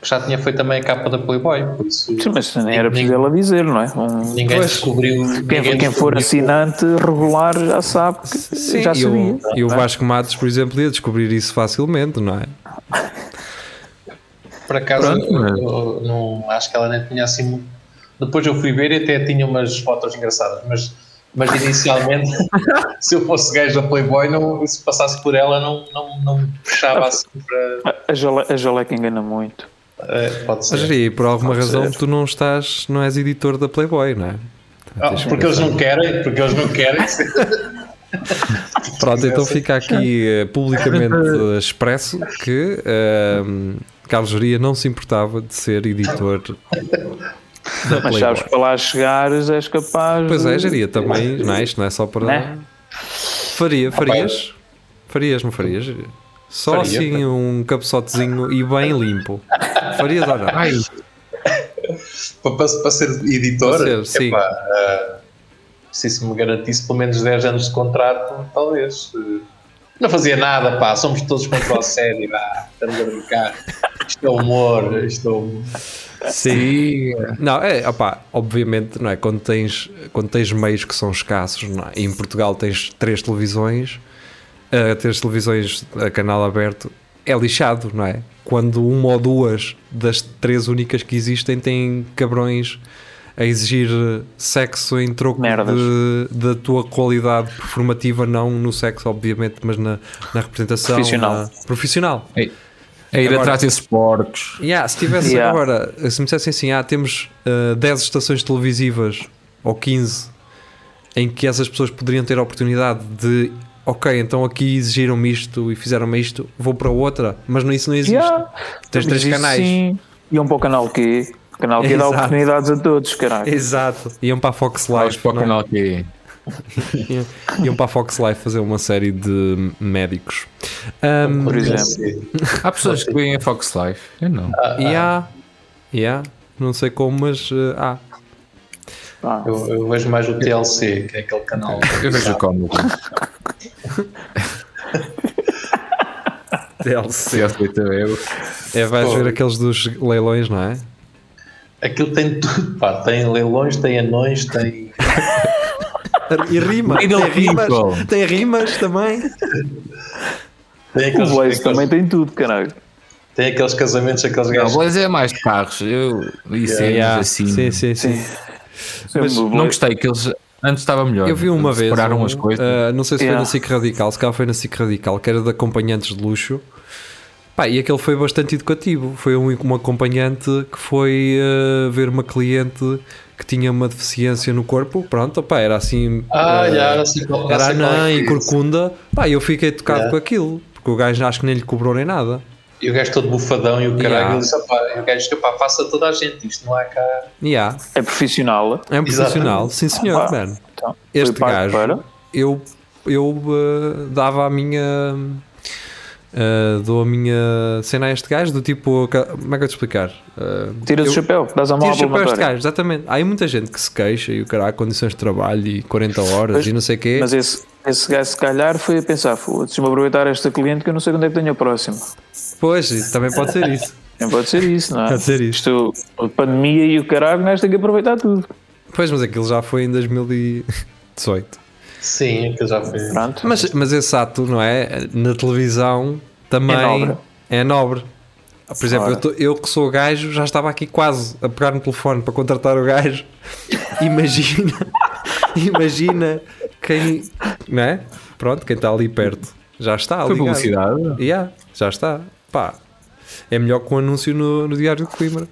[SPEAKER 2] que já tinha feito também a capa da Playboy. Por isso
[SPEAKER 5] Sim, mas nem era
[SPEAKER 2] Ninguém-
[SPEAKER 5] preciso ela dizer, não é? Um-
[SPEAKER 2] ninguém
[SPEAKER 3] Pois.
[SPEAKER 2] descobriu.
[SPEAKER 5] quem,
[SPEAKER 2] ninguém
[SPEAKER 5] quem for
[SPEAKER 2] descobriu.
[SPEAKER 5] assinante regular já sabe que já
[SPEAKER 3] e,
[SPEAKER 5] sabia.
[SPEAKER 3] o, e o Vasco Matos, por exemplo, ia descobrir isso facilmente, não é?
[SPEAKER 2] Por acaso,
[SPEAKER 4] Pronto,
[SPEAKER 2] eu-
[SPEAKER 4] mas-
[SPEAKER 2] eu não, acho que ela nem tinha assim. muito- Depois eu fui ver e até tinha umas fotos engraçadas, mas, mas inicialmente, *laughs* se eu fosse gajo da Playboy, não, se passasse por ela, não, não, não me puxava assim para.
[SPEAKER 5] A, jale, a jaleca engana muito.
[SPEAKER 2] eh, pode
[SPEAKER 3] Mas,
[SPEAKER 2] ser.
[SPEAKER 3] e por alguma
[SPEAKER 5] Pode
[SPEAKER 3] razão
[SPEAKER 5] ser.
[SPEAKER 3] tu não estás, não és editor da Playboy, não é?
[SPEAKER 2] Ah, porque eles não querem, porque eles não querem.
[SPEAKER 3] Pronto, então fica aqui eh, publicamente eh, expresso que ehm, Carlos Geria não se importava de ser editor da
[SPEAKER 5] Mas sabes
[SPEAKER 3] Playboy.
[SPEAKER 5] que para lá chegares és capaz.
[SPEAKER 3] Pois é,
[SPEAKER 5] de-
[SPEAKER 3] Geria, também, não é? Isto não é só para...
[SPEAKER 5] Né?
[SPEAKER 3] Faria, farias? Farias, não farias? Geria? Só
[SPEAKER 2] Faria,
[SPEAKER 3] assim um cabeçotezinho e bem limpo. Farias ou não?
[SPEAKER 4] Ai,
[SPEAKER 2] para, para, para ser editor,
[SPEAKER 3] Para ser, sim.
[SPEAKER 2] epá, ah, se isso me garantisse pelo menos 10 anos de contrato, talvez. Eh, Não fazia nada, pá, somos todos contra o sério, vá, estamos a brincar. Isto é humor, isto é humor.
[SPEAKER 3] Sim. Não, é, opá, obviamente, não é? Quando tens, quando tens meios que são escassos, não é? E em Portugal tens três televisões, eh, três televisões a canal aberto, é lixado, não é? Quando uma ou duas das três únicas que existem têm cabrões a exigir sexo em troco
[SPEAKER 5] Merdas.
[SPEAKER 3] de- da tua qualidade performativa, não no sexo, obviamente, mas na, na representação
[SPEAKER 5] Profissional.
[SPEAKER 3] na- profissional.
[SPEAKER 4] É ir
[SPEAKER 3] Agora-
[SPEAKER 4] atrás desses porcos.
[SPEAKER 3] Yeah, se tivesse
[SPEAKER 5] Yeah.
[SPEAKER 3] agora, se me dissessem assim, ah, temos ah, 10 estações televisivas ou 15 em que essas pessoas poderiam ter a oportunidade de ok, então aqui exigiram-me isto e fizeram-me isto, vou para outra, mas não- isso não existe.
[SPEAKER 5] Yeah.
[SPEAKER 3] Tens três
[SPEAKER 5] Mas isso
[SPEAKER 3] canais.
[SPEAKER 5] Sim. Iam para o canal Q. O canal Q dá
[SPEAKER 3] Exato.
[SPEAKER 5] oportunidades a todos, caralho.
[SPEAKER 3] Exato. Iam para a Fox
[SPEAKER 4] Vais
[SPEAKER 3] Live.
[SPEAKER 4] para o
[SPEAKER 3] não é?
[SPEAKER 4] canal que
[SPEAKER 3] Iam para a Fox Live fazer uma série de médicos. Um,
[SPEAKER 5] Por exemplo.
[SPEAKER 4] Há pessoas que veem a Fox Live. Eu não.
[SPEAKER 5] Ah.
[SPEAKER 3] yeah, yeah, não sei como, mas ah, há.
[SPEAKER 5] Ah,
[SPEAKER 2] Eu, eu vejo mais o TLC, que é aquele canal.
[SPEAKER 4] Eu vejo o *laughs* cómico.
[SPEAKER 3] DLC.
[SPEAKER 4] Se aceita eu.
[SPEAKER 3] É, vais ver aqueles dos leilões, não é?
[SPEAKER 2] Aquilo tem tudo, pá. Tem leilões, tem anões, tem.
[SPEAKER 3] E rima.
[SPEAKER 4] Little
[SPEAKER 3] Tem rimas,
[SPEAKER 4] people.
[SPEAKER 3] tem rimas também.
[SPEAKER 2] Tem
[SPEAKER 5] O
[SPEAKER 2] aqueles,
[SPEAKER 5] Blaze
[SPEAKER 2] aqueles-
[SPEAKER 5] também tem tudo, caralho.
[SPEAKER 2] tem aqueles casamentos, aqueles
[SPEAKER 4] Não, o
[SPEAKER 2] gajos.
[SPEAKER 4] Blaze é mais de carros. Eu e cenas assim.
[SPEAKER 3] Sim, sim, sim.
[SPEAKER 5] Mas
[SPEAKER 4] Não gostei que eles. Antes estava melhor.
[SPEAKER 3] Eu vi uma vez.
[SPEAKER 4] Separaram
[SPEAKER 3] um,
[SPEAKER 4] as coisas.
[SPEAKER 3] ah, não sei se
[SPEAKER 5] Yeah.
[SPEAKER 3] foi na SIC Radical, se calhar foi na SIC Radical, que era de acompanhantes de luxo. Pá, e aquele foi bastante educativo. Foi um, um acompanhante que foi ah, ver uma cliente que tinha uma deficiência no corpo. Pronto, pá, era assim.
[SPEAKER 2] Ah,
[SPEAKER 3] ah,
[SPEAKER 2] já, não sei qual. já
[SPEAKER 3] era
[SPEAKER 2] sei qual é
[SPEAKER 3] anã
[SPEAKER 2] que
[SPEAKER 3] e
[SPEAKER 2] é isso.
[SPEAKER 3] corcunda. Pá, eu fiquei tocado
[SPEAKER 2] Yeah.
[SPEAKER 3] com aquilo. Porque o gajo acho que nem lhe cobrou nem nada.
[SPEAKER 2] E o gajo todo bufadão e o caralho.
[SPEAKER 3] Yeah.
[SPEAKER 2] Ele disse, "Ah, pá", e o gajo disse, pá, passa toda a gente, isto não há cá.
[SPEAKER 3] Yeah.
[SPEAKER 5] É profissional.
[SPEAKER 3] É um profissional, sim senhor,
[SPEAKER 5] Ah,
[SPEAKER 3] mano.
[SPEAKER 5] Então,
[SPEAKER 3] Este
[SPEAKER 5] foi pago
[SPEAKER 3] gajo,
[SPEAKER 5] para-
[SPEAKER 3] eu, eu eh, dava a minha. eh, dou a minha cena a este gajo, do tipo. ca- Como é que eu te explicar? Eh,
[SPEAKER 5] Tiras
[SPEAKER 3] eu-
[SPEAKER 5] o chapéu, dás a mão
[SPEAKER 3] Tira o chapéu a
[SPEAKER 5] à
[SPEAKER 3] este
[SPEAKER 5] palmatória.
[SPEAKER 3] gajo, exatamente. Há aí muita gente que se queixa e o caralho, condições de trabalho e 40 horas
[SPEAKER 5] Mas-
[SPEAKER 3] e não sei o quê.
[SPEAKER 5] Mas esse, esse gajo, se calhar, foi a pensar: "Foda-se, deixa-me aproveitar esta cliente que eu não sei quando é que tenho a próxima.
[SPEAKER 3] Pois, isso também pode ser isso.
[SPEAKER 5] Não pode ser isso, não é?
[SPEAKER 3] Pode ser isso.
[SPEAKER 5] Isto, a pandemia e o caralho, o gajo tem que aproveitar tudo.
[SPEAKER 3] Pois, mas aquilo já foi em 2018.
[SPEAKER 2] Sim, aquilo já foi.
[SPEAKER 5] Pronto.
[SPEAKER 3] Mas, mas esse ato, não é? Na televisão também
[SPEAKER 5] É nobre.
[SPEAKER 3] é nobre. Por exemplo,
[SPEAKER 5] Ora.
[SPEAKER 3] eu, tô- eu que sou gajo já estava aqui quase a pegar no telefone para contratar o gajo. *laughs* Imagina, *laughs* imagina quem, não é? Pronto, quem está ali perto já está.
[SPEAKER 4] Foi
[SPEAKER 3] ligado.
[SPEAKER 4] publicidade.
[SPEAKER 3] Yeah, já está. Pá, é melhor que um anúncio no, no Diário de Coimbra.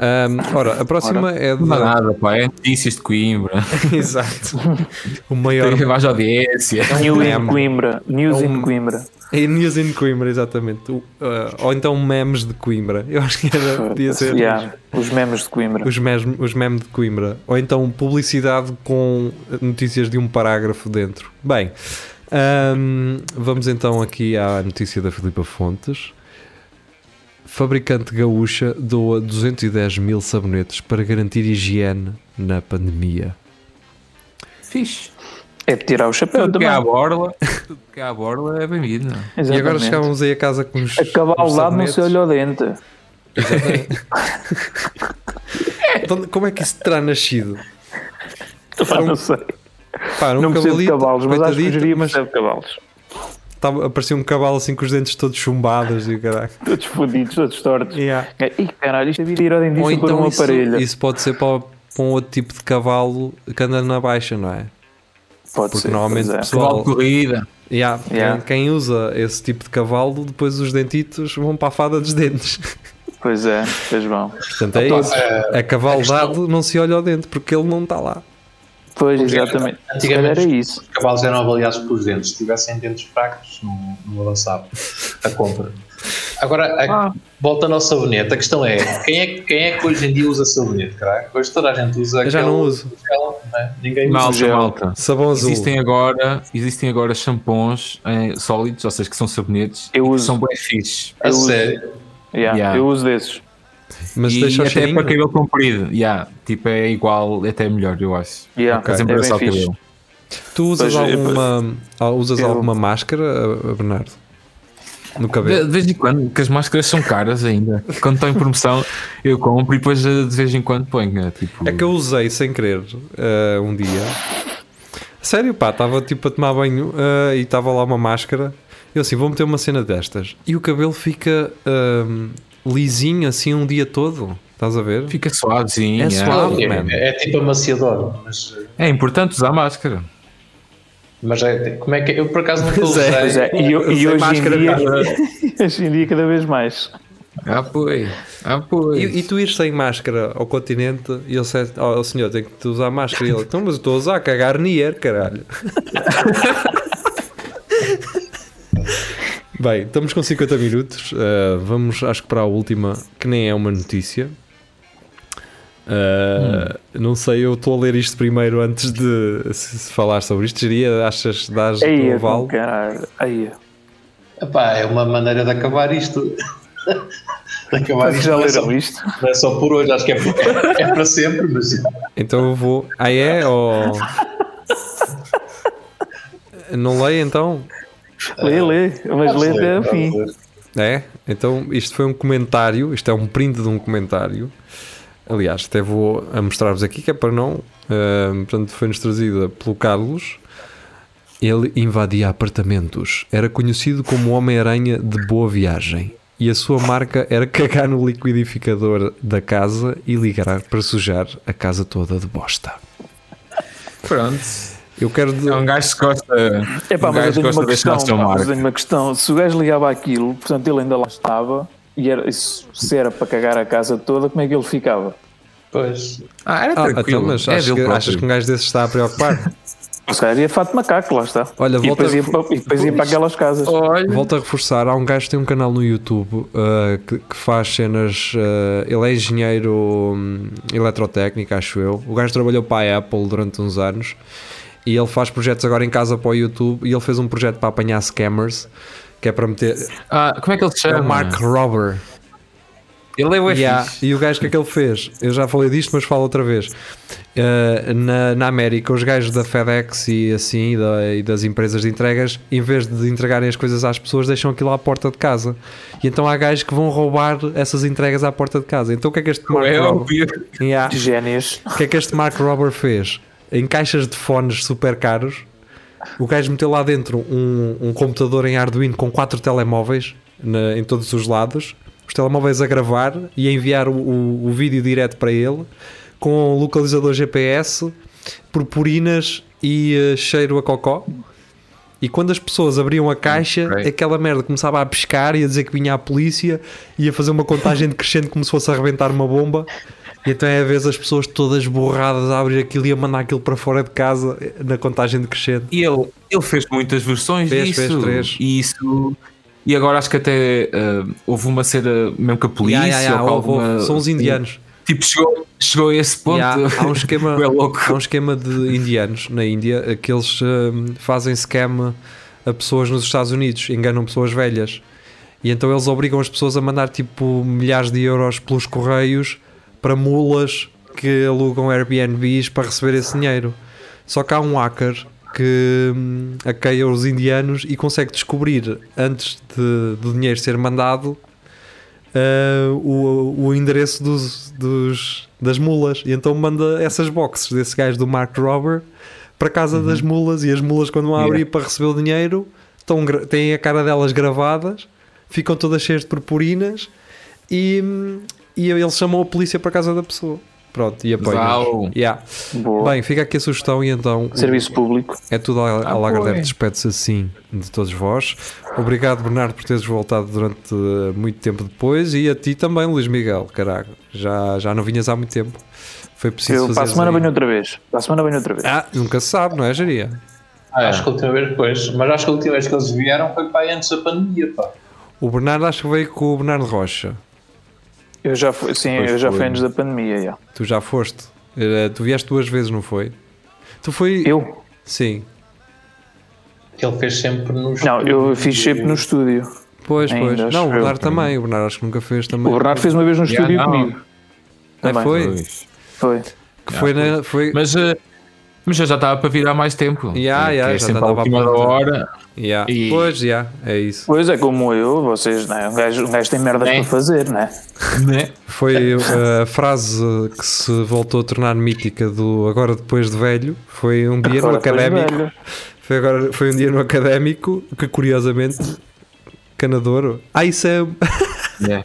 [SPEAKER 3] Ahm, ora, a próxima é de.
[SPEAKER 4] Não há nada, pá. É notícias de Coimbra.
[SPEAKER 3] *laughs* Exato. O maior
[SPEAKER 4] *laughs* Tem mais audiência.
[SPEAKER 5] New in
[SPEAKER 3] meme.
[SPEAKER 5] Coimbra. News in Coimbra.
[SPEAKER 3] É News in Coimbra, exatamente. O, ah, ou então memes de Coimbra. Eu acho que era, podia ser
[SPEAKER 5] Yeah, Os memes de Coimbra.
[SPEAKER 3] os, mes- os memes de Coimbra. Ou então publicidade com notícias de um parágrafo dentro. Bem, ahm, vamos então aqui à notícia da Filipa Fontes. Fabricante gaúcha doa 210 mil sabonetes para garantir higiene na pandemia.
[SPEAKER 4] Fixe.
[SPEAKER 5] É de tirar o chapéu
[SPEAKER 4] Tudo que
[SPEAKER 5] também.
[SPEAKER 4] é
[SPEAKER 3] *laughs*
[SPEAKER 4] à borla. Tudo que é à borla é
[SPEAKER 3] E
[SPEAKER 4] bem-vindo.
[SPEAKER 3] agora um-
[SPEAKER 5] Exatamente.
[SPEAKER 3] chegávamos aí a casa com os.
[SPEAKER 5] A cavalo
[SPEAKER 3] os
[SPEAKER 5] dado não
[SPEAKER 3] sabonetes.
[SPEAKER 5] se olha
[SPEAKER 3] *laughs*
[SPEAKER 5] ao dente.
[SPEAKER 3] Então, Como é que isso terá nascido?
[SPEAKER 5] Pá, não sei.
[SPEAKER 3] Pá, um
[SPEAKER 5] Não percebo de
[SPEAKER 3] cavalito,
[SPEAKER 5] cavalos, mas acho que
[SPEAKER 3] coitadito,
[SPEAKER 5] geria
[SPEAKER 3] mas
[SPEAKER 5] percebe de cavalos.
[SPEAKER 3] tava, aparecia um cavalo assim com os dentes todos chumbados e o caraca.
[SPEAKER 5] Todos fodidos, todos tortos.
[SPEAKER 3] Yeah.
[SPEAKER 5] É, Ih, caralho, isto havia de ir ao
[SPEAKER 3] Ou
[SPEAKER 5] dentista por
[SPEAKER 3] então
[SPEAKER 5] um
[SPEAKER 3] isso,
[SPEAKER 5] aparelho.
[SPEAKER 3] isso pode ser para, para um outro tipo de cavalo que anda na baixa, não é?
[SPEAKER 5] Pode
[SPEAKER 3] Porque
[SPEAKER 5] ser.
[SPEAKER 3] normalmente o
[SPEAKER 5] pois é.
[SPEAKER 3] pessoal.
[SPEAKER 4] Cavalo de corrida.
[SPEAKER 3] Yeah,
[SPEAKER 5] Yeah.
[SPEAKER 3] Quem, quem usa esse tipo de cavalo, depois os dentitos vão para a fada dos dentes.
[SPEAKER 5] Pois é, pois bom.
[SPEAKER 3] Portanto,
[SPEAKER 5] Então,
[SPEAKER 3] é isso. A cavalo dado não se olha ao dente porque ele não está lá.
[SPEAKER 5] Pois, exatamente. Se calhar
[SPEAKER 2] Antigamente
[SPEAKER 5] era isso.
[SPEAKER 2] os cavalos eram avaliados pelos dentes. Se tivessem dentes fracos, não, não avançava a compra. Agora,
[SPEAKER 5] Ah.
[SPEAKER 2] a- voltando ao sabonete, a questão é: quem é, que- quem é que hoje em dia usa sabonete? Caraca? Hoje toda a gente usa.
[SPEAKER 3] Eu já
[SPEAKER 2] aquele
[SPEAKER 3] não uso.
[SPEAKER 2] gel, não é? Ninguém usa.
[SPEAKER 4] Malta,
[SPEAKER 5] gel.
[SPEAKER 4] malta.
[SPEAKER 3] Sabão azul.
[SPEAKER 4] Existem agora, existem agora shampoos eh, sólidos, ou seja, que são sabonetes
[SPEAKER 5] Eu
[SPEAKER 4] e que
[SPEAKER 5] uso.
[SPEAKER 4] são bem fixes.
[SPEAKER 2] A
[SPEAKER 5] eu uso.
[SPEAKER 2] sério.
[SPEAKER 5] Yeah,
[SPEAKER 4] Yeah.
[SPEAKER 5] Eu uso desses.
[SPEAKER 3] Mas
[SPEAKER 4] e
[SPEAKER 3] deixa o
[SPEAKER 4] até é
[SPEAKER 3] cheirinho.
[SPEAKER 4] para cabelo comprido. Yeah, tipo, é igual, até melhor, eu acho.
[SPEAKER 5] Yeah,
[SPEAKER 4] Para
[SPEAKER 5] é
[SPEAKER 4] desembraçar
[SPEAKER 5] bem
[SPEAKER 4] o
[SPEAKER 5] fixe.
[SPEAKER 4] cabelo.
[SPEAKER 3] Tu usas,
[SPEAKER 5] Pois, é,
[SPEAKER 3] alguma, ah, usas
[SPEAKER 5] eu-
[SPEAKER 3] alguma máscara, ah, Bernardo? No
[SPEAKER 4] De,
[SPEAKER 3] cabelo?
[SPEAKER 4] de vez em quando, porque as máscaras são caras ainda. Quando estão em promoção, eu compro e depois eh, de vez em quando ponho. né, Tipo,
[SPEAKER 3] É que eu usei sem querer ah, um dia. Sério, pá, estava tipo a tomar banho ah, e estava lá uma máscara. Eu assim, vou meter uma cena destas. E o cabelo fica ah, lisinho assim um dia todo. Estás a ver?
[SPEAKER 4] Fica suavezinho.
[SPEAKER 3] É
[SPEAKER 4] yeah.
[SPEAKER 3] suave. Man.
[SPEAKER 2] É, é tipo amaciador, mas,
[SPEAKER 4] É importante usar máscara.
[SPEAKER 2] mas é, como é que eu por acaso nunca
[SPEAKER 3] Pois é,
[SPEAKER 2] usei.
[SPEAKER 5] Pois é, e,
[SPEAKER 3] Eu
[SPEAKER 5] e
[SPEAKER 3] sem
[SPEAKER 5] hoje, em
[SPEAKER 3] máscara,
[SPEAKER 5] dia,
[SPEAKER 3] cara.
[SPEAKER 5] *laughs* hoje em dia cada vez mais.
[SPEAKER 4] Ah, pois. Ah, pois.
[SPEAKER 3] E, e tu ires sem máscara ao continente e ele disse, ó oh, senhor, tem que te usar máscara. E ele, então, mas eu estou a usar, cagar Nier, caralho. *laughs* Bem, estamos com 50 minutos. Uh, vamos, acho que para a última, que nem é uma notícia. Uh, Não sei, eu estou a ler isto primeiro antes de se- se falar sobre isto. Geria, achas, dás o
[SPEAKER 5] Aí,
[SPEAKER 3] teu aval?
[SPEAKER 5] caralho. Aí. é.
[SPEAKER 2] Epá, é uma maneira de acabar isto. De acabar
[SPEAKER 5] Vocês
[SPEAKER 2] isto
[SPEAKER 5] já
[SPEAKER 2] não é, só,
[SPEAKER 5] leram isto?
[SPEAKER 2] não é só por hoje, acho que é, por- é, é para sempre, mas
[SPEAKER 3] Então eu vou. Ah, é? Ou- Não leio então?
[SPEAKER 5] Lê, lê. Mas lê até ao
[SPEAKER 2] Pode
[SPEAKER 5] fim.
[SPEAKER 2] ser.
[SPEAKER 3] É? Então, isto foi um comentário, isto é um print de um comentário. Aliás, até vou a mostrar-vos aqui, que é para não. Ahm, portanto, foi-nos trazida pelo Carlos. Ele invadia apartamentos. Era conhecido como Homem-Aranha de Boa Viagem. E a sua marca era cagar no liquidificador da casa e ligar para sujar a casa toda de bosta.
[SPEAKER 4] Pronto.
[SPEAKER 3] Eu quero.
[SPEAKER 4] É um gajo que gosta.
[SPEAKER 5] É pá,
[SPEAKER 4] um
[SPEAKER 5] mas
[SPEAKER 4] gajo
[SPEAKER 5] eu tenho
[SPEAKER 4] gosta
[SPEAKER 5] uma
[SPEAKER 4] de deixar
[SPEAKER 5] questão.
[SPEAKER 4] o seu
[SPEAKER 5] pá,
[SPEAKER 4] marco.
[SPEAKER 5] mas tenho uma questão. Se o gajo ligava aquilo, portanto ele ainda lá estava, e era, se se era para cagar a casa toda, como é que ele ficava?
[SPEAKER 2] Pois.
[SPEAKER 4] Ah, era
[SPEAKER 3] Ah,
[SPEAKER 4] tranquilo.
[SPEAKER 3] então, mas
[SPEAKER 4] é
[SPEAKER 3] achas
[SPEAKER 4] dele
[SPEAKER 3] que,
[SPEAKER 4] próprio.
[SPEAKER 3] achas que um gajo desses está a preocupar?
[SPEAKER 5] Se calhar ia fato de macaco, lá está.
[SPEAKER 3] Olha,
[SPEAKER 5] e
[SPEAKER 3] volta-
[SPEAKER 5] depois ia para, e depois ia para aquelas casas.
[SPEAKER 4] Olha.
[SPEAKER 3] Volto a reforçar, há um gajo que tem um canal no YouTube uh, que, que faz cenas. uh, ele é engenheiro hum, eletrotécnico, acho eu. O gajo trabalhou para a Apple durante uns anos e ele faz projetos agora em casa para o YouTube. E ele fez um projeto para apanhar scammers que é para meter.
[SPEAKER 4] Ah, como é que ele se
[SPEAKER 3] É
[SPEAKER 4] chama?
[SPEAKER 3] o Mark Robber.
[SPEAKER 4] Ele é o
[SPEAKER 3] Yeah, E o gajo que é que ele fez? Eu já falei disto, mas falo outra vez. Uh, na, na América, os gajos da FedEx e assim e, da- e das empresas de entregas, em vez de entregarem as coisas às pessoas, deixam aquilo à porta de casa. E então há gajos que vão roubar essas entregas à porta de casa. Então o que é que este Mark
[SPEAKER 4] É
[SPEAKER 3] Robber,
[SPEAKER 4] óbvio.
[SPEAKER 3] Yeah.
[SPEAKER 5] Génios.
[SPEAKER 3] O que é que este Mark Robber fez? Em caixas de fones super caros, o gajo meteu lá dentro um, um computador em Arduino com quatro telemóveis na- em todos os lados, os telemóveis a gravar e a enviar o, o- o vídeo direto para ele, com um localizador GPS, purpurinas e eh, cheiro a cocó. E quando as pessoas abriam a caixa,
[SPEAKER 4] Ok.
[SPEAKER 3] aquela merda começava a pescar e a dizer que vinha a polícia, ia fazer uma contagem *laughs* decrescente como se fosse arrebentar uma bomba. E então é a vez as pessoas todas borradas a abrir aquilo e a mandar aquilo para fora de casa na contagem decrescente.
[SPEAKER 4] E ele, ele fez muitas versões
[SPEAKER 3] Fez,
[SPEAKER 4] disso.
[SPEAKER 3] fez três.
[SPEAKER 4] E isso. E agora acho que até ah, houve uma cena mesmo com a polícia.
[SPEAKER 3] Ya, ya, ya,
[SPEAKER 4] ou com
[SPEAKER 3] houve, houve.
[SPEAKER 4] alguma-
[SPEAKER 3] São os indianos.
[SPEAKER 4] Tipo, chegou, chegou a esse ponto.
[SPEAKER 3] Ya, há, um
[SPEAKER 4] *laughs*
[SPEAKER 3] esquema,
[SPEAKER 4] é louco.
[SPEAKER 3] há um esquema de indianos na Índia eh, que eles hum, fazem scam a pessoas nos Estados Unidos, enganam pessoas velhas. E então eles obrigam as pessoas a mandar tipo milhares de euros pelos correios para mulas que alugam Airbnbs para receber esse dinheiro. Só que há um hacker que hum, hackeia os indianos e consegue descobrir antes de, do dinheiro ser mandado eh, o, o endereço dos, dos- das mulas. E então manda essas boxes desse gajo do Mark Robber para casa das mulas. E as mulas, quando vão abrir para receber o dinheiro, estão, gra- têm a cara delas gravadas, ficam todas cheias de purpurinas e, e eles chamam a polícia para a casa da pessoa. Pronto, e apoiam.
[SPEAKER 4] Zau.
[SPEAKER 3] Yeah.
[SPEAKER 5] Boa.
[SPEAKER 3] Bem, fica aqui a sugestão e então o-
[SPEAKER 5] Serviço público.
[SPEAKER 3] é tudo a, a
[SPEAKER 4] Ah,
[SPEAKER 3] Lagardère.
[SPEAKER 4] pois.
[SPEAKER 3] Despede-se assim de todos vós. Obrigado, Bernardo, por teres voltado durante eh, muito tempo depois e a ti também, Luís Miguel. Caraca, já, já não vinhas há muito tempo. Foi preciso
[SPEAKER 5] Eu,
[SPEAKER 3] fazer.
[SPEAKER 5] para a semana venho outra vez. Para a semana venho outra vez.
[SPEAKER 3] Ah, nunca se sabe, não é, Jaria?
[SPEAKER 4] É.
[SPEAKER 2] Acho que a última vez depois, mas acho que a última vez que eles vieram foi para aí antes da pandemia, pá.
[SPEAKER 3] O Bernardo acho que veio com o Bernardo Rocha.
[SPEAKER 5] Eu já fui, sim,
[SPEAKER 4] Pois
[SPEAKER 5] eu já
[SPEAKER 4] foi.
[SPEAKER 5] fui antes da pandemia. já.
[SPEAKER 3] Tu já foste. Eh, Tu vieste duas vezes, não foi? Tu foi.
[SPEAKER 5] Eu?
[SPEAKER 3] Sim.
[SPEAKER 2] Que ele fez sempre nos.
[SPEAKER 5] Não, eu fiz sempre no estúdio.
[SPEAKER 3] Pois,
[SPEAKER 5] Ainda,
[SPEAKER 3] pois.
[SPEAKER 5] acho
[SPEAKER 3] Não, o
[SPEAKER 5] eu.
[SPEAKER 3] Bernardo também. O Bernardo acho que nunca fez
[SPEAKER 5] O
[SPEAKER 3] também.
[SPEAKER 5] Bernardo fez uma vez um
[SPEAKER 4] Yeah,
[SPEAKER 5] estúdio
[SPEAKER 4] não.
[SPEAKER 5] comigo.
[SPEAKER 3] Ah,
[SPEAKER 5] Também.
[SPEAKER 3] foi?
[SPEAKER 4] Pois.
[SPEAKER 5] Foi.
[SPEAKER 3] Que foi na. Foi...
[SPEAKER 4] Mas, eh, mas eu já estava para vir há mais tempo.
[SPEAKER 3] Ya, ya,
[SPEAKER 4] Que é
[SPEAKER 3] já
[SPEAKER 4] sempre à
[SPEAKER 3] estava à
[SPEAKER 4] última
[SPEAKER 3] porta.
[SPEAKER 4] hora. *laughs*
[SPEAKER 3] Yeah.
[SPEAKER 4] E-
[SPEAKER 3] Pois, já, é isso.
[SPEAKER 5] Pois é, como eu, vocês, né? Um gajo, um gajo tem merdas
[SPEAKER 4] Né?
[SPEAKER 5] para fazer, né?
[SPEAKER 4] Né?
[SPEAKER 5] É.
[SPEAKER 3] Foi uh, a frase que se voltou a tornar mítica do agora depois de velho. Foi um dia no
[SPEAKER 5] Agora depois de
[SPEAKER 3] académico.
[SPEAKER 5] velho.
[SPEAKER 3] Foi, agora, foi um dia no académico que curiosamente. Canadouro. Ah, isso é uma
[SPEAKER 4] Né.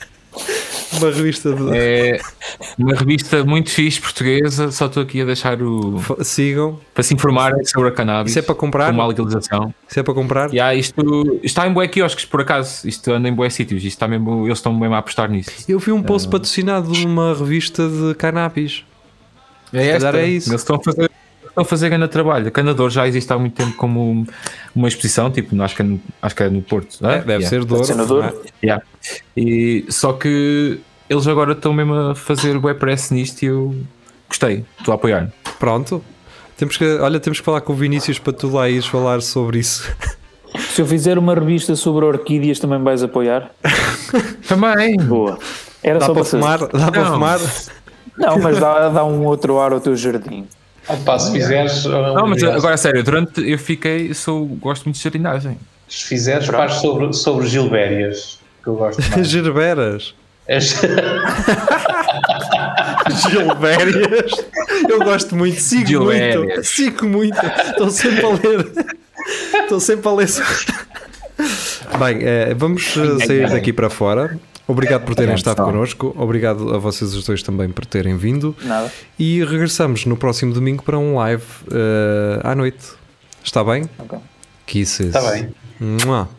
[SPEAKER 3] revista de.
[SPEAKER 4] É uma revista muito fixe portuguesa. Só estou aqui a deixar o.
[SPEAKER 5] É.
[SPEAKER 3] F- Sigam.
[SPEAKER 4] para se informarem sobre a cannabis.
[SPEAKER 3] Isso é para comprar?
[SPEAKER 4] Como a legalização.
[SPEAKER 3] Isso é para comprar?
[SPEAKER 4] Ya, isto, isto está em bué quiosques, por acaso. Isto anda em bué sítios. Isto está mesmo, eles estão mesmo a apostar nisso.
[SPEAKER 3] Eu vi um post patrocinado de uma revista de cannabis.
[SPEAKER 4] É
[SPEAKER 3] calhar é isso.
[SPEAKER 4] Eles estão a fazer, estão a fazer grande trabalho. A Canador já existe há muito tempo como uma exposição, tipo, no- acho que é no, acho que é no Porto. não é?
[SPEAKER 3] É, deve
[SPEAKER 4] Yeah.
[SPEAKER 3] ser Douro.
[SPEAKER 5] Senador.
[SPEAKER 3] não é?
[SPEAKER 4] Yeah. E, só que eles agora estão mesmo a fazer bué press nisto e eu gostei. Estou a apoiar.
[SPEAKER 3] é? Pronto. Temos que, olha, temos que falar com o Vinícius para tu lá ires falar sobre isso.
[SPEAKER 5] Se eu fizer uma revista sobre orquídeas, também vais apoiar?
[SPEAKER 4] Também.
[SPEAKER 5] Boa. Era
[SPEAKER 3] Dá
[SPEAKER 5] só
[SPEAKER 3] para
[SPEAKER 5] para fazer.
[SPEAKER 3] fumar? Dá para
[SPEAKER 4] Não.
[SPEAKER 3] fumar?
[SPEAKER 5] Não, mas dá, dá um outro ar ao teu jardim.
[SPEAKER 2] Opa, Ah, se fizeres. um
[SPEAKER 4] Não, mas agora a sério, durante eu fiquei, sou, gosto muito de jardinagem.
[SPEAKER 2] Se fizeres, faz sobre, sobre Gilbérias, que eu gosto
[SPEAKER 4] *laughs*
[SPEAKER 2] mais.
[SPEAKER 3] *laughs* Gerberas.
[SPEAKER 2] As-
[SPEAKER 3] Gilbérias. Eu gosto muito, sigo muito.
[SPEAKER 4] Gilbérias.
[SPEAKER 3] Sigo muito. Estou sempre a ler. Estou sempre a ler. sobre- Bem, eh, vamos eh, sair daqui para fora. Obrigado por terem estado connosco. Obrigado a vocês os dois também por terem vindo.
[SPEAKER 5] Nada.
[SPEAKER 3] E regressamos no próximo domingo para um live eh, à noite. Está bem?
[SPEAKER 5] Ok.
[SPEAKER 3] Kisses.
[SPEAKER 2] Está bem.
[SPEAKER 3] Mua.